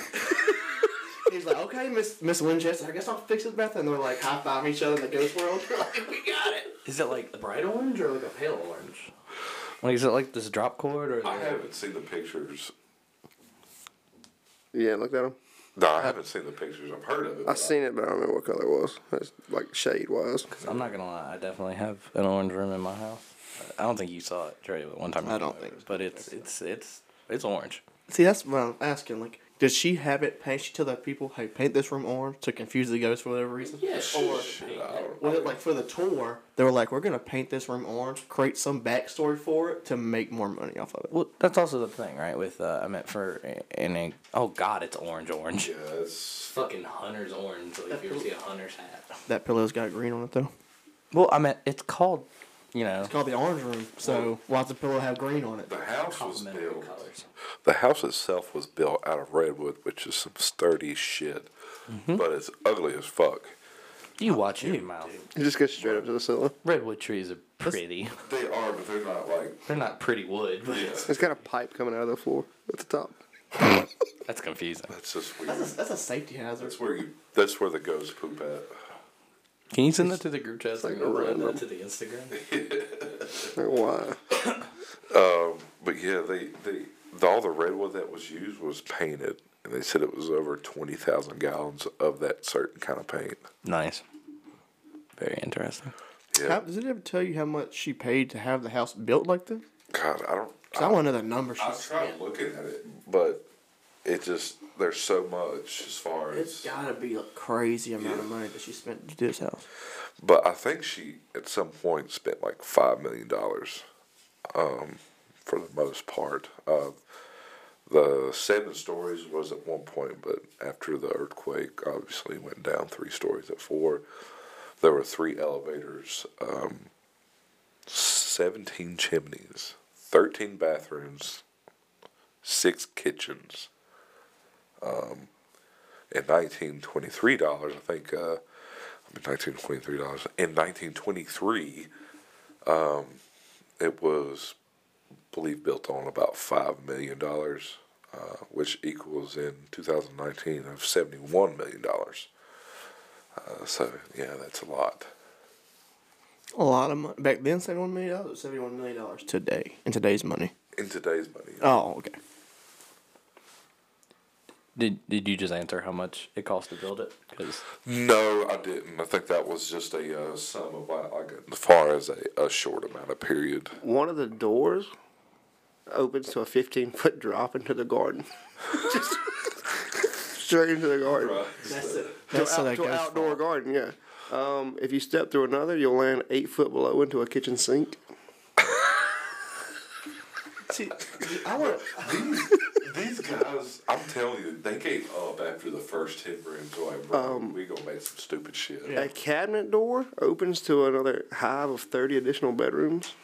S3: he's like, okay, Miss Miss Winchester, I guess I'll fix this bathroom. And they're like high fiving each other in the ghost world. They're like, we got it.
S2: Is it like a bright orange or like a pale orange? Like, is it like this drop cord or?
S1: I haven't seen the pictures.
S4: Yeah, looked at them.
S1: No, I haven't seen the pictures. I've heard of it.
S4: I seen it, but I don't remember what color it was. It's like shade wise.
S2: I'm not gonna lie. I definitely have an orange room in my house. I don't think you saw it, Trey, but one time. you
S3: I
S2: came
S3: don't
S2: over.
S3: think so.
S2: But it's it's it's it's orange.
S3: See, that's what I'm asking. Like, does she have it paint? She tell the people, hey, paint this room orange to confuse the ghost for whatever reason. Yes. Or was it like for the tour? They were like, we're gonna paint this room orange, create some backstory for it to make more money off of it.
S2: Well, that's also the thing, right? With uh, I meant for and a, oh god, it's orange orange.
S1: Yeah, it's
S2: Fucking hunter's orange. Like if you ever see a hunter's hat.
S3: That pillow's got green on it though.
S2: Well, I meant it's called, you know,
S3: It's called the orange room, so why does the pillow have green on it?
S1: the house was
S2: complementary
S1: built.
S2: colors.
S1: The house itself was built out of redwood, which is some sturdy shit, but it's ugly as fuck.
S2: You watch it, your mouth.
S4: It just goes straight up to the ceiling.
S2: Redwood trees are pretty.
S1: They are, but they're not like.
S2: They're not pretty wood, but
S1: Yeah,
S4: It's got a pipe coming out of the floor at the top.
S2: that's confusing.
S1: that's just weird.
S3: That's a, that's a safety hazard.
S1: That's where you. That's where the ghosts poop at.
S2: Can you send that to the group chat?
S4: like
S2: and we'll upload
S4: random.
S2: that to the Instagram.
S4: Like, why?
S1: But yeah, they they the, all the redwood that was used was painted, and they said it was over twenty thousand gallons of that certain kind of paint.
S2: Nice. Very interesting.
S1: Yeah.
S3: How, does it ever tell you how much she paid to have the house built like this?
S1: God, I don't.
S3: 'Cause I want to know the number she
S1: I
S3: spent.
S1: tried looking at it, but it just there's so much as far as
S3: It's gotta be a crazy amount of money that she spent to do this house.
S1: But I think she at some point spent like five million dollars, um, for the most part. Uh, the seven stories was at one point, but after the earthquake, obviously it went down three stories at four. There were three elevators, um, seventeen chimneys, thirteen bathrooms, six kitchens. Um, in nineteen twenty three dollars, I think. Uh, nineteen twenty three dollars in nineteen twenty three. Um, it was, I believe, built on about five million dollars, uh, which equals in two thousand nineteen of seventy one million dollars. Uh, so yeah, that's a lot.
S3: A lot of money back then. Seventy-one million dollars. Seventy-one million dollars today in today's money.
S1: In today's money,
S3: Oh, okay.
S2: Did Did you just answer how much it cost to build it? Because
S1: no, I didn't. I think that was just a uh, sum of like, like as far as a, a short amount of period.
S4: one of the doors opens to a 15 foot drop into the garden. Just straight into the garden.
S3: That's it.
S4: To,
S3: That's how
S4: out-
S3: that
S4: to an
S3: goes.
S4: outdoor garden, yeah. Um, if you step through another, you'll land eight foot below into a kitchen sink.
S3: See,
S1: I want these, these guys. I'm telling you, they gave up after the first ten rooms. Like, bro, we gonna make some stupid shit.
S3: Yeah.
S4: A cabinet door opens to another hive of 30 additional bedrooms.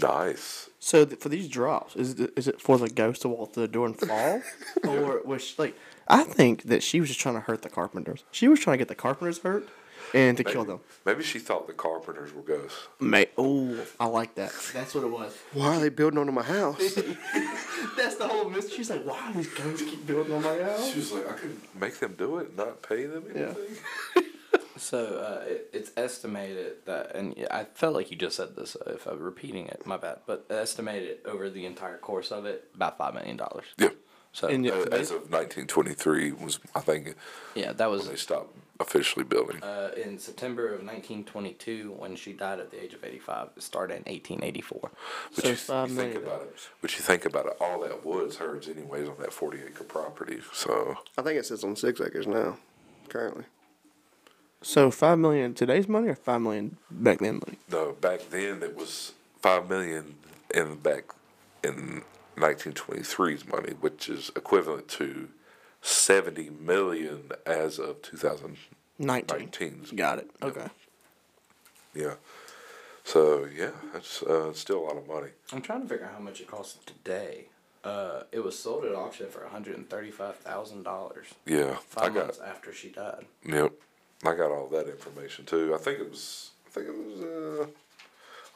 S1: Nice.
S3: So th- for these drops, is it, is it for the ghost to walk through the door and fall, or was she, like I think that she was just trying to hurt the carpenters. She was trying to get the carpenters hurt and to kill them.
S1: Maybe she thought the carpenters were ghosts.
S3: Mate, oh, I like that. That's what it was.
S4: Why are they building onto my house?
S3: That's the whole mystery. She's like, why do these ghosts keep building on my house?
S1: She was like, I could make them do it, and not pay them
S3: Yeah.
S1: anything.
S2: So uh, it, it's estimated that, and I felt like you just said this. uh, If I'm repeating it, my bad. But estimated over the entire course of it, about five million dollars.
S1: Yeah.
S2: So
S3: And
S1: Uh,
S3: yet,
S1: As of 1923 was, I think,
S2: yeah, that was
S1: when they stopped officially building.
S2: uh, in September of 1922 when she died at the age of 85. It started in 1884.
S1: But
S3: So
S1: you,
S3: five
S1: you think
S3: million
S1: about it. But you think about it. All that wood's hers, anyways, on that forty-acre property. So
S4: I think it sits on six acres now, currently.
S3: so five million in today's money or five million back then money?
S1: no, back then it was five million in back in 1923's money, which is equivalent to seventy million as of 2019's.
S3: Nineteen. Got it.
S1: Yeah.
S3: Okay.
S1: Yeah. So yeah, that's uh, still a lot of money.
S2: I'm trying to figure out how much it costs today. Uh, it was sold at auction for $135,000
S1: Yeah, I
S2: five
S1: got.
S2: months after she died.
S1: Yep, I got all that information too. I think it was. I think it was. Uh,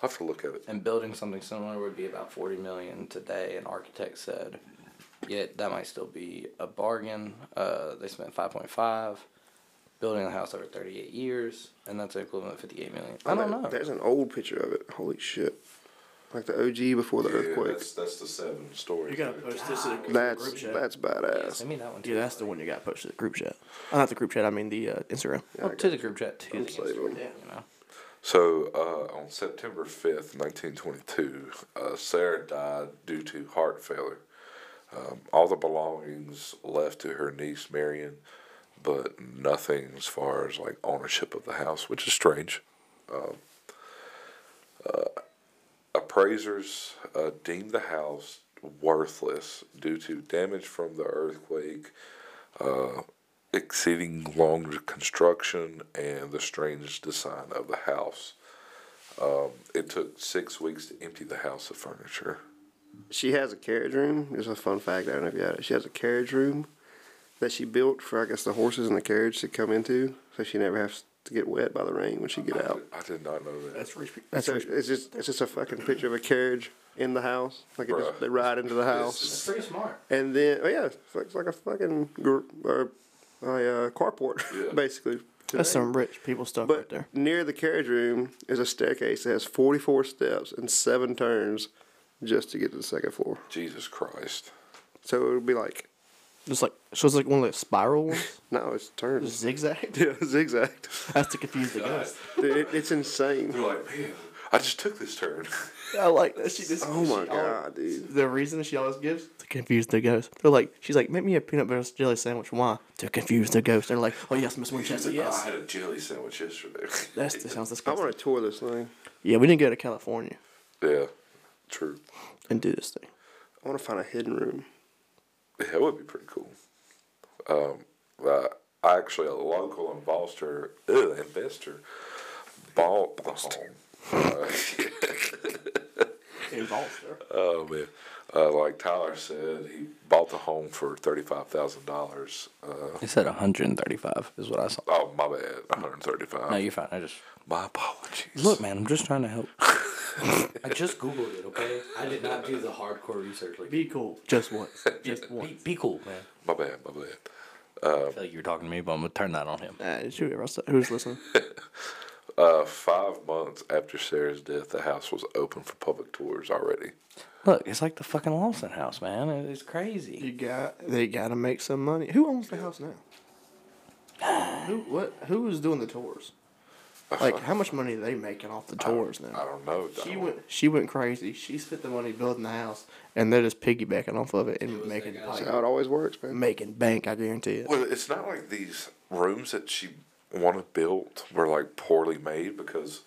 S1: I'll have to look at it.
S2: And building something similar would be about 40 million today, an architect said. Yet that might still be a bargain. Uh, they spent 5.5 building the house over 38 years, and that's equivalent to 58 million. I don't
S4: There-
S2: know.
S4: There's an old picture of it. Holy shit. Like the OG before the
S1: Yeah,
S4: earthquake.
S1: that's, that's the seven story.
S3: this in a
S4: That's that's badass.
S2: Send me that one too.
S3: Yeah, that's the one you got posted to the group chat. Uh, not the group chat. I mean the uh, Instagram.
S2: Well, to the group chat too. the
S4: saving
S2: Instagram,
S3: them.
S2: you know.
S1: So uh, on September fifth, nineteen twenty-two, uh, Sarah died due to heart failure. Um, all the belongings left to her niece Marion, but nothing as far as like ownership of the house, which is strange. Um, uh, appraisers uh, deemed the house worthless due to damage from the earthquake, exceeding long construction and the strange design of the house. Um, it took six weeks to empty the house of furniture.
S4: She has a carriage room. There's a fun fact. I don't know if you had it. She has a carriage room that she built for I guess the horses and the carriage to come into, so she never has to get wet by the rain when she get out.
S1: I did not know that.
S3: That's rich. That's
S4: So
S3: rich.
S4: it's just it's just a fucking picture of a carriage in the house. Like it
S1: Bruh.
S4: just, they ride into the house,
S2: That's pretty smart.
S4: and then oh yeah, it's like, it's like a fucking gr- or a uh, carport
S1: Yeah.
S4: basically.
S3: That's
S4: today.
S3: some rich people stuff
S4: But
S3: right there.
S4: near the carriage room is a staircase that has 44 steps and seven turns just to get to the second floor.
S1: Jesus Christ.
S4: So it would be like,
S3: Just like so, it's like one of those spiral ones,
S4: no, it's turns.
S3: zigzag.
S4: Yeah, zigzagged.
S3: That's to confuse the ghost.
S4: Dude, it, it's insane.
S1: They're like, man, I just took this turn.
S3: I like that she just.
S4: Oh my
S3: she always-
S4: god, dude.
S3: the reason she always gives to confuse the ghost. They're like, she's like, make me a peanut butter jelly sandwich. Why? To confuse the ghost. They're like, oh yes, Miss Winchester,
S1: "Oh, I
S3: yes.
S1: had a jelly sandwich yesterday.
S3: That's, that sounds
S4: Oh, I
S3: disgusting.
S4: want to tour this thing.
S3: Yeah, we didn't go to California
S1: yeah, true.
S3: and do this thing.
S4: I want to find a hidden room.
S1: Yeah, that would be pretty cool. Um, uh, actually, a local investor, uh, investor bought the home. Uh,
S3: Involved
S1: Oh man, uh, like Tyler said, he bought the home for thirty five thousand dollars. uh,
S2: It said 135 is what I saw.
S1: Oh my bad, one hundred thirty five.
S2: No, you're fine. I just
S1: my apologies.
S2: look, man. I'm just trying to help. I just googled it. Okay, I did not do the hardcore research. Like, be,
S3: Be cool. Just once. Just once.
S2: be cool, man.
S1: my bad, my bad.
S2: I feel like you were talking to me, but I'm gonna turn that on him.
S3: Uh, it's you, Russell. Who's listening?
S1: Uh, five months after Sarah's death, the house was open for public tours already.
S2: Look, it's like the fucking Lawson House, man. It- It's crazy.
S3: You got. They gotta make some money. Who owns the house now? who what? Who is doing the tours? Like, how much money are they making off the tours
S1: I
S3: now?
S1: don't know. I
S3: She
S1: don't-
S3: went. She went crazy. She spent the money building the house, and they're just piggybacking off of it and making
S4: That's
S3: like,
S4: how it always works, man.
S3: making bank. I guarantee it.
S1: Well, it's not like these rooms that she wanted built were like poorly made because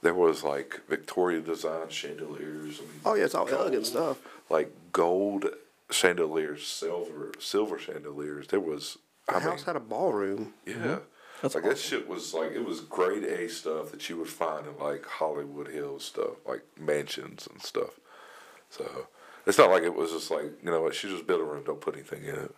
S1: there was like Victoria design chandeliers. I mean,
S4: Oh yeah, it's all elegant stuff.
S1: like gold chandeliers, silver silver chandeliers. There was
S4: The
S1: I
S4: house Mm-hmm.
S1: mean,
S4: had a ballroom.
S1: yeah,
S3: That's
S1: like that shit was like it was grade A stuff that you would find in like Hollywood Hills stuff, like mansions and stuff. So it's not like it was just like you know what she just built a room, don't put anything in it.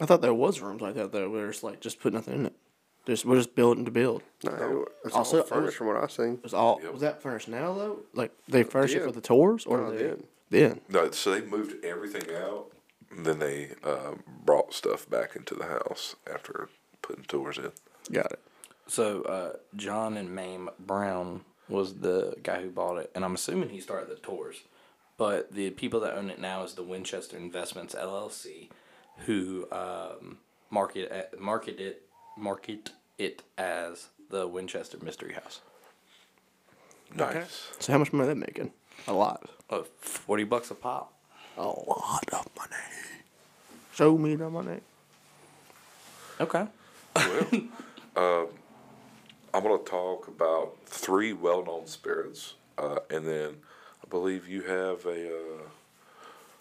S3: I thought there was rooms like that though, where it's like just put nothing in it. Just we're just building to build.
S4: No, it's
S3: Also,
S4: all
S3: it
S4: furnished
S3: was-
S4: from what I've seen.
S3: It was all
S1: Yep.
S3: was that furnished now though? Like they furnished it
S4: did.
S3: for the tours or
S4: No,
S3: they
S4: it
S3: did.
S4: did.
S1: No, so they moved everything out. And then they uh, brought stuff back into the house after putting tours in.
S3: Got it.
S2: So uh, John and Mame Brown was the guy who bought it, and I'm assuming he started the tours. But the people that own it now is the Winchester Investments LLC, who um, market market it market it as the Winchester Mystery House.
S1: Nice.
S3: So how much money are they making? A lot.
S2: Oh, 40 bucks a pop.
S3: A lot of money. Show me the money.
S2: Okay.
S1: Well, um, I'm going to talk about three well known spirits. Uh, and then I believe you have a. Uh,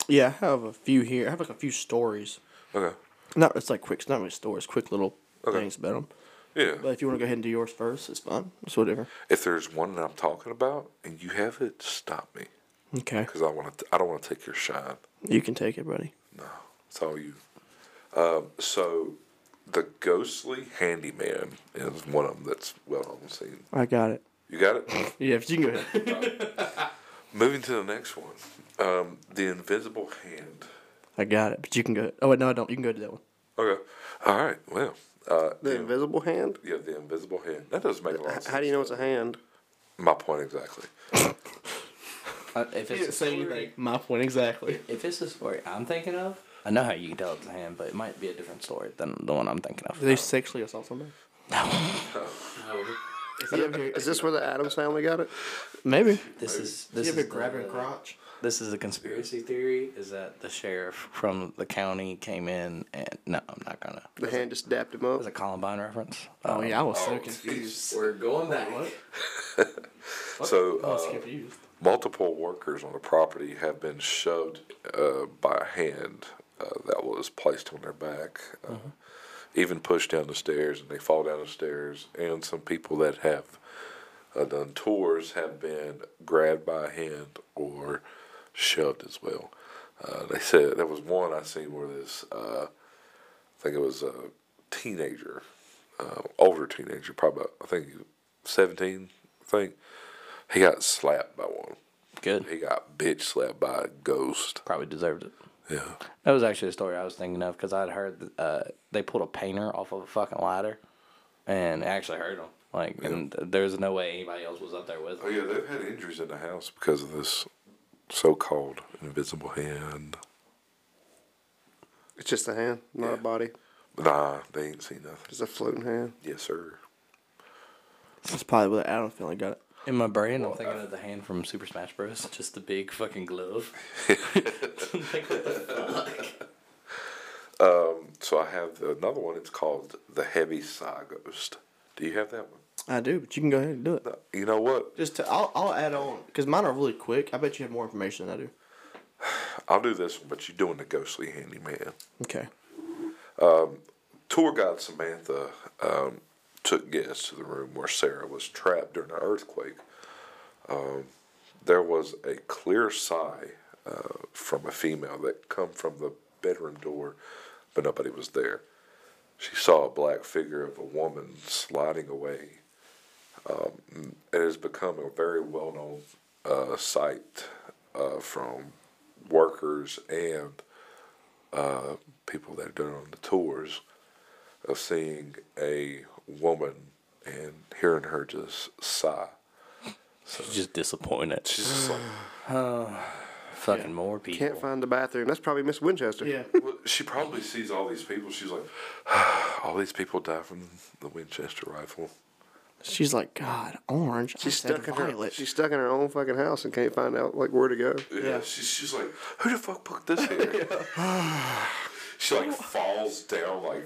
S3: Yeah, I have a few here. I have like a few stories.
S1: okay.
S3: Not it's like quick. It's not really stories. Quick little
S1: Okay.
S3: things about them.
S1: Yeah.
S3: But if you want to go ahead and do yours first, it's fine. It's whatever.
S1: if there's one that I'm talking about and you have it, stop me.
S3: Okay,
S1: Because I, wanna t- I don't want to take your shine.
S3: you can take it, buddy.
S1: No, it's all you. Um, so, the ghostly handyman is one of them that's well known scene.
S3: I got it.
S1: You got it.
S3: Yeah, if you can go ahead.
S1: Moving to the next one, um, the invisible hand.
S3: I got it. But you can go. Oh wait, no, I don't. You can go to that one.
S1: Okay, all right. Well, uh,
S4: The invisible hand.
S1: yeah, the invisible hand. That doesn't make a lot of
S4: H-
S1: sense.
S4: How do you know it's a hand?
S1: My point exactly.
S2: Uh, if it's the same thing.
S3: My point exactly.
S2: If it's the story I'm thinking of, I know how you can tell it's a hand, but it might be a different story than the one I'm thinking of.
S3: Did they sexually assault somebody?
S4: Is this where the Adams family got it?
S3: Maybe.
S2: This is this is the-
S3: crotch?
S2: This is a conspiracy theory. Is that the sheriff from the county came in and no, I'm not gonna.
S4: The hand just dapped him
S2: It's a
S4: up.
S2: Columbine reference.
S3: Oh
S2: Um,
S3: yeah, I was so
S1: Jeez.
S3: confused.
S2: we're going back.
S1: So,
S3: I was
S1: uh,
S3: confused.
S1: multiple workers on the property have been shoved uh, by a hand uh, that was placed on their back, uh, even pushed down the stairs, and they fall down the stairs. And some people that have uh, done tours have been grabbed by a hand or shoved as well. Uh, they said there was one I seen where this, uh, I think it was a teenager, uh, older teenager, probably I think he was seventeen, I think. He got slapped by one.
S2: Good.
S1: He got bitch slapped by a ghost.
S2: Probably deserved it.
S1: Yeah.
S2: That was actually a story I was thinking of because I'd heard that, uh, they pulled a painter off of a fucking ladder, and it actually hurt him. Like, and th- there was no way anybody else was up there with
S1: Oh
S2: him.
S1: yeah, they've had injuries in the house because of this so-called invisible hand.
S4: It's just a hand, not a body.
S1: Nah, they ain't seen nothing.
S4: Just a floating hand.
S1: Yes, sir.
S3: That's probably where the Adam family got it.
S2: In my brain, I'm thinking of the hand from Super Smash Bros. Just the big fucking glove.
S1: So I have another one. It's called the Heavy Sigh Ghost. Do you have that one?
S3: I do, but you can go ahead and do it.
S1: No. You know what?
S3: Just to, I'll, I'll add on because mine are really quick. I bet you have more information than I do.
S1: I'll do this one, but you're doing the ghostly handyman.
S3: Okay.
S1: Tour guide Samantha um, took guests to the room where Sarah was trapped during an earthquake. Um, there was a clear sigh uh, from a female that come from the bedroom door, but nobody was there. She saw a black figure of a woman sliding away. Um, it has become a very well known uh, sight uh, from workers and uh, people that are doing on the tours of seeing a woman and hearing her just sigh.
S2: She's just disappointed.
S1: She's just like,
S2: Fucking more people.
S4: Can't find the bathroom. That's probably Miss Winchester.
S1: well, she probably sees all these people. She's like, all these people die from the Winchester rifle.
S3: She's like, God, orange. I
S4: She's
S3: said
S4: stuck in her.
S3: violet.
S4: She's stuck in her own fucking house and can't find out like where to go.
S1: Yeah, She's, she's like, who the fuck put this here? she like falls down like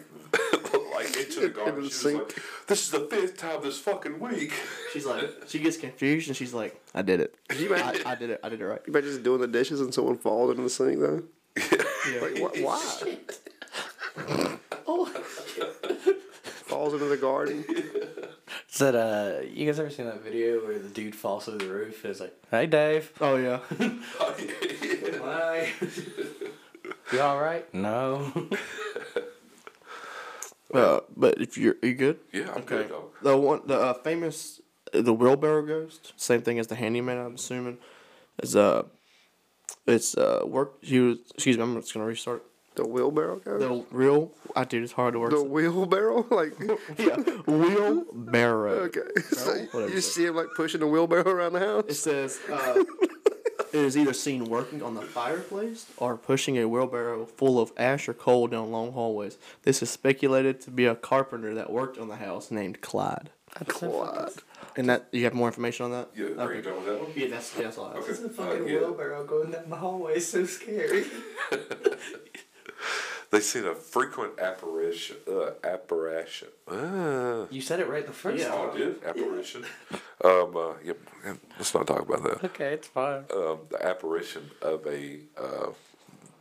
S1: like into the garden. She's
S4: the
S1: just
S4: sink.
S1: like, this is the fifth time this fucking week.
S3: She's like, she gets confused and she's like, I did it.
S4: You might-
S3: I, I did it. I did it right.
S4: You might just doing the dishes and someone falls into the sink though. Like what? Why? Falls into the garden.
S2: Is that uh? You guys ever seen that video where the dude falls through the roof and it's like, "Hey, Dave,
S3: Oh yeah.
S2: hi, you all right? No,
S3: uh, but if you're you good,
S1: yeah, I'm
S3: okay.
S1: good. dog.
S3: The one the uh, famous uh, the wheelbarrow ghost, same thing as the handyman. I'm assuming is uh, it's uh work. She was excuse me. I'm just gonna restart.
S4: The wheelbarrow goes.
S3: The real I dude, it's hard to work.
S4: The wheelbarrow, like
S3: yeah, wheelbarrow.
S4: okay. So
S3: Whatever.
S4: you see him like pushing the wheelbarrow around the house.
S3: It says uh, it is either seen working on the fireplace or pushing a wheelbarrow full of ash or coal down long hallways. This is speculated to be a carpenter that worked on the house named Clyde.
S4: What?
S3: And that you have more information on that?
S1: Yeah, are you done with that one?
S3: Yeah, that's that's all. I have.
S1: Okay. Uh, yeah.
S2: going down the hallway is so scary.
S1: They seen a frequent apparition. Uh, apparition. Uh,
S2: You said it right the first
S3: Yeah.
S1: oh,
S2: time.
S1: I did apparition. Um, uh, yep. Let's not talk about that.
S2: Okay, it's fine.
S1: um, the apparition of a uh,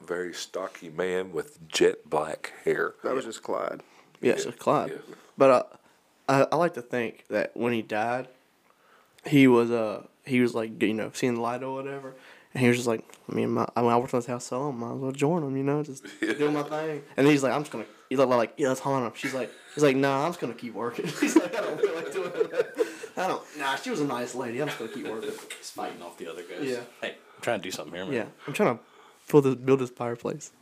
S1: very stocky man with jet black hair.
S4: That was just Clyde.
S3: Yeah, so Clyde.
S1: yeah.
S3: But uh, I I like to think that when he died, he was uh he was like you know seeing the light or whatever, and he was just like me and my I mean I worked on this house so long, might as well join him, you know, just doing my thing. And he's like, I'm just gonna. He looked like yeah, let's haunt him. She's like, he's like, nah, I'm just gonna keep working. He's like, I don't feel like doing that. I don't. Nah, she was a nice lady. I'm just gonna keep working.
S2: He's fighting off the other guys.
S3: Yeah.
S2: Hey, I'm trying to do something here, man.
S3: Yeah, I'm trying to fill this build this fireplace.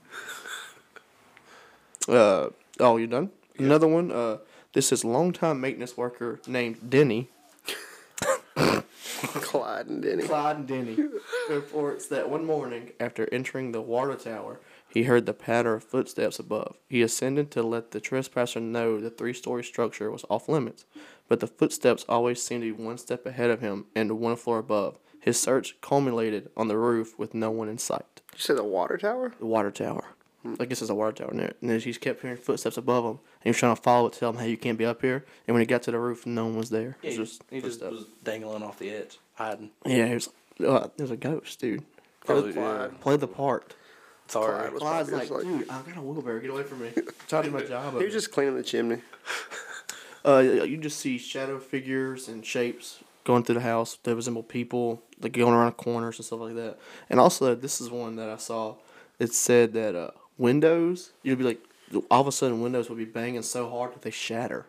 S3: Uh oh, you done? Another one. Uh, this is longtime maintenance worker named Denny.
S4: Clyde and Denny.
S3: Clyde and Denny reports that one morning after entering the water tower, he heard the patter of footsteps above. He ascended to let the trespasser know the three story structure was off limits, but the footsteps always seemed to be one step ahead of him and one floor above. His search culminated on the roof with no one in sight.
S4: You said the water tower.
S3: the water tower. I guess it's a water tower. And there- and then she kept hearing footsteps above him. And he was trying to follow it, tell him, hey, you can't be up here. And when he got to the roof, no one was there.
S2: He
S3: It was
S2: just,
S3: just
S2: he just
S3: footsteps.
S2: was dangling off the edge, hiding.
S3: yeah, it was, uh, it was a ghost, dude.
S2: Probably,
S4: Clyde.
S3: Play the part.
S2: Sorry.
S4: Clyde was
S3: Clyde's
S4: probably
S3: like,
S4: just like,
S3: dude, I got a wheelbarrow. Get away from me. I'm trying to do my job.
S4: he was just cleaning the chimney.
S3: uh, you just see shadow figures and shapes going through the house that resemble people, like going around corners and stuff like that. And also, this is one that I saw. It said that uh, windows, you'd be like, all of a sudden, windows would be banging so hard that they shatter.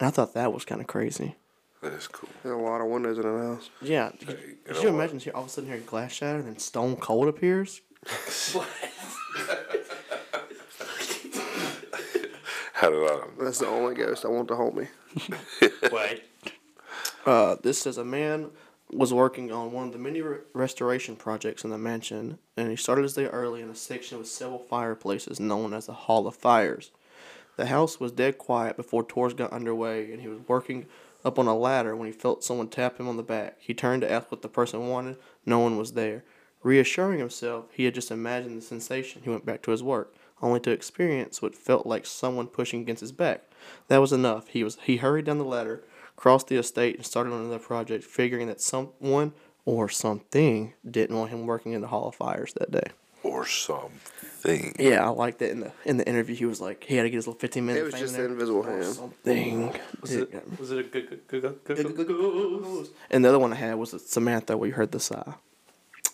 S3: And I thought that was kind of crazy.
S1: That is cool.
S4: There's a lot of windows in the house.
S3: Yeah, could, could
S1: you
S3: you,
S1: know what?
S3: imagine here- all of a sudden hearing glass shatter and then stone cold appears?
S1: How did I?
S4: That's the only ghost I want to haunt me.
S2: Wait.
S3: Uh, this says a man was working on one of the many re- restoration projects in the mansion, and he started his day early in a section with several fireplaces known as the Hall of Fires. The house was dead quiet before tours got underway, and he was working up on a ladder when he felt someone tap him on the back. He turned to ask what the person wanted. No one was there. Reassuring himself, he had just imagined the sensation. He went back to his work, only to experience what felt like someone pushing against his back. That was enough. He was he hurried down the ladder, crossed the estate, and started on another project, figuring that someone or something didn't want him working in the Hall of Fires that day.
S1: Or something.
S3: Yeah, I liked that in the in the interview. He was like, he had to get his little fifteen minutes.
S4: It was just the invisible hand.
S3: thing.
S2: Was it a good, good, good, good, good, good,
S3: And the other one I had was the Samantha. We heard the sigh.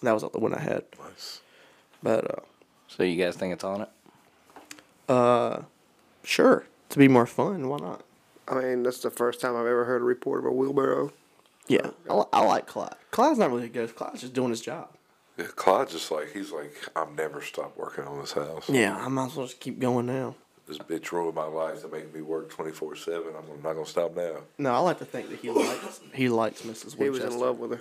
S3: That was the one I had.
S1: Nice.
S3: But uh,
S2: So you guys think it's on it?
S3: uh, sure, to be more fun, why not?
S4: I mean, that's the first time I've ever heard a report of a wheelbarrow.
S3: Yeah, I, li- I like Clyde. Clyde's not really a ghost. Clyde's just doing his job.
S1: Yeah, Clyde just like he's like I'm never stop working on this house.
S3: Yeah, I might as well just keep going now.
S1: This bitch ruined my life to make me work 24 seven. I'm not gonna stop now.
S3: No, I like to think that he likes he likes Mrs. Winchester.
S4: He was in love with her.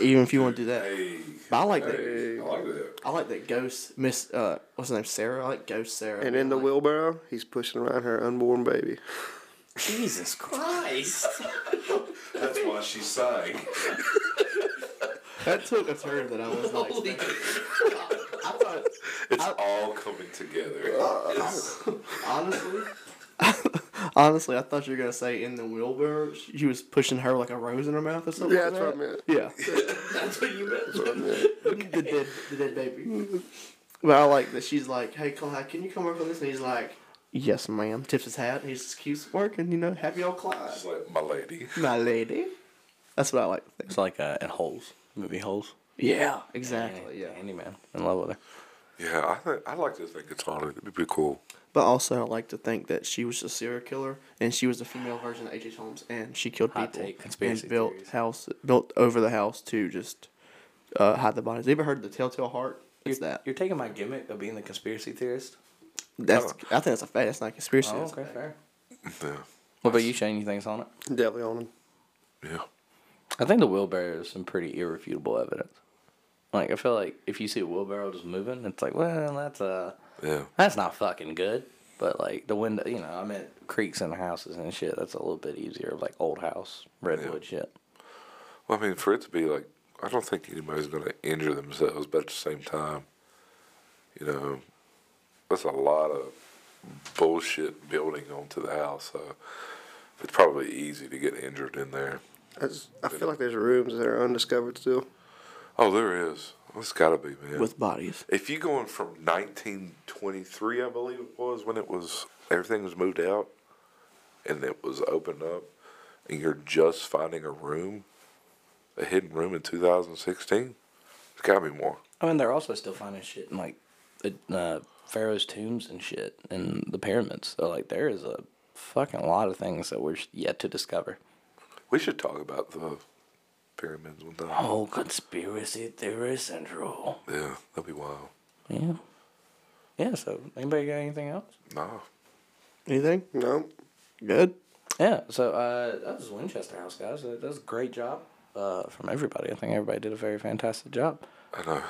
S3: Even if you want to do that,
S1: Hey,
S3: but I like that.
S1: hey, I like that.
S3: I like that ghost Miss. Uh, what's her name? Sarah. I like ghost Sarah.
S4: And in the
S3: I like-
S4: wheelbarrow, he's pushing around her unborn baby.
S2: Jesus Christ.
S1: That's why she's sighing.
S3: That took a turn that I was like,
S2: Holy
S3: I thought,
S1: It's all coming together.
S3: honestly, honestly, I thought you were gonna say in the wheelbarrow. She was pushing her like a rose in her mouth or something.
S4: Yeah,
S3: like
S4: that's what I
S3: that.
S4: meant.
S3: Yeah,
S2: That's what you meant.
S3: the dead, the dead
S4: Mm-hmm.
S3: baby. But I like that she's like, "Hey, Clyde, can you come over on this?" And he's like, "Yes, ma'am." Tips his hat, and he just keeps working. You know, happy old Clyde,
S1: It's like my lady.
S3: my lady. That's what I like. To think.
S2: It's like uh, in Holes. Movie Holes.
S3: Yeah,
S2: Andy, Andy Man. In love with her.
S1: Yeah, I think I like to think it's on it. It'd be cool.
S3: But also, I like to think that she was a serial killer, and she was the female version of H.H. Holmes, and she killed
S2: Hot
S3: people
S2: take, conspiracy
S3: and built
S2: theories.
S3: house, built over the house to just uh, hide the bodies. You ever heard of the Telltale Heart? It's
S2: you're,
S3: that.
S2: You're taking my gimmick of being the conspiracy theorist.
S3: That's. I think that's a fact. That's not a conspiracy.
S2: Oh,
S3: that's a
S2: okay,
S3: fact.
S2: fair.
S1: Yeah.
S2: What about you, Shane? You think's on it?
S4: Definitely on him.
S1: Yeah.
S2: I think the wheelbarrow is some pretty irrefutable evidence. Like I feel like if you see a wheelbarrow just moving, it's like, well, that's uh
S1: Yeah.
S2: that's not fucking good. But like the window, you know, I meant creeks and houses and shit. That's a little bit easier, like old house redwood shit.
S1: Well, I mean, for it to be like, I don't think anybody's going to injure themselves, but at the same time, you know, that's a lot of bullshit building onto the house. So it's probably easy to get injured in there.
S4: I, just, I feel like there's rooms that are undiscovered still.
S1: Oh, there is. It's got to be, man.
S3: With bodies.
S1: if you going from 1923, I believe it was when it was everything was moved out and it was opened up, and you're just finding a room, a hidden room in 2016. It's got to be more.
S2: I mean, they're also still finding shit in like the uh, pharaoh's tombs and shit and the pyramids. So like there is a fucking lot of things that we're yet to discover.
S1: We should talk about the pyramids one time.
S2: Oh, conspiracy theory central.
S1: Yeah, that'd be wild.
S2: Yeah. Yeah, so anybody got anything else?
S1: Nah,
S3: Anything
S4: No,
S3: good?
S2: Yeah, so uh, that was Winchester House, guys. Uh, That was a great job uh, from everybody. I think everybody did a very fantastic job,
S1: I know.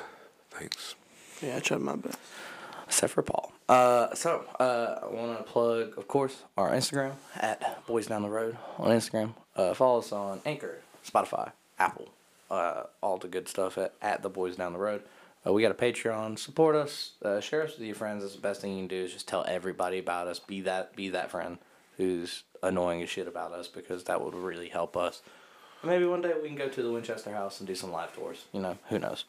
S1: Thanks.
S3: Yeah, I tried my best.
S2: except for Paul. Uh, so uh, I want to plug, of course, our Instagram at Boys Down the Road on Instagram. Uh, follow us on Anchor, Spotify, Apple, uh, all the good stuff at, at the Boys Down the Road. Uh, we got a Patreon. Support us. Uh, share us with your friends. That's the best thing you can do is just tell everybody about us. Be that be that friend who's annoying as shit about us because that would really help us. Maybe one day we can go to the Winchester House and do some live tours. You know, who knows?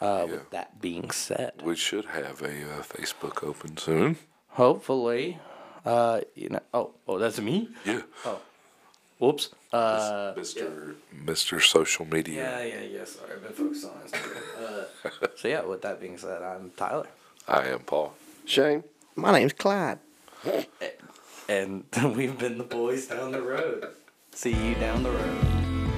S2: Uh, With that being said,
S1: We should have a uh, Facebook open soon.
S2: hopefully, uh, you know. Oh, oh, that's me.
S1: Yeah,
S2: Oh. Whoops. Uh,
S1: Mister Mister Social Media.
S2: yeah, yeah, yeah. Sorry, I've been focused on Instagram. Uh, so yeah, with that being said, I'm Tyler,
S1: I am Paul.
S4: Shane.
S3: My name's Clyde.
S2: Eh. and we've been the boys down the road. See you down the road.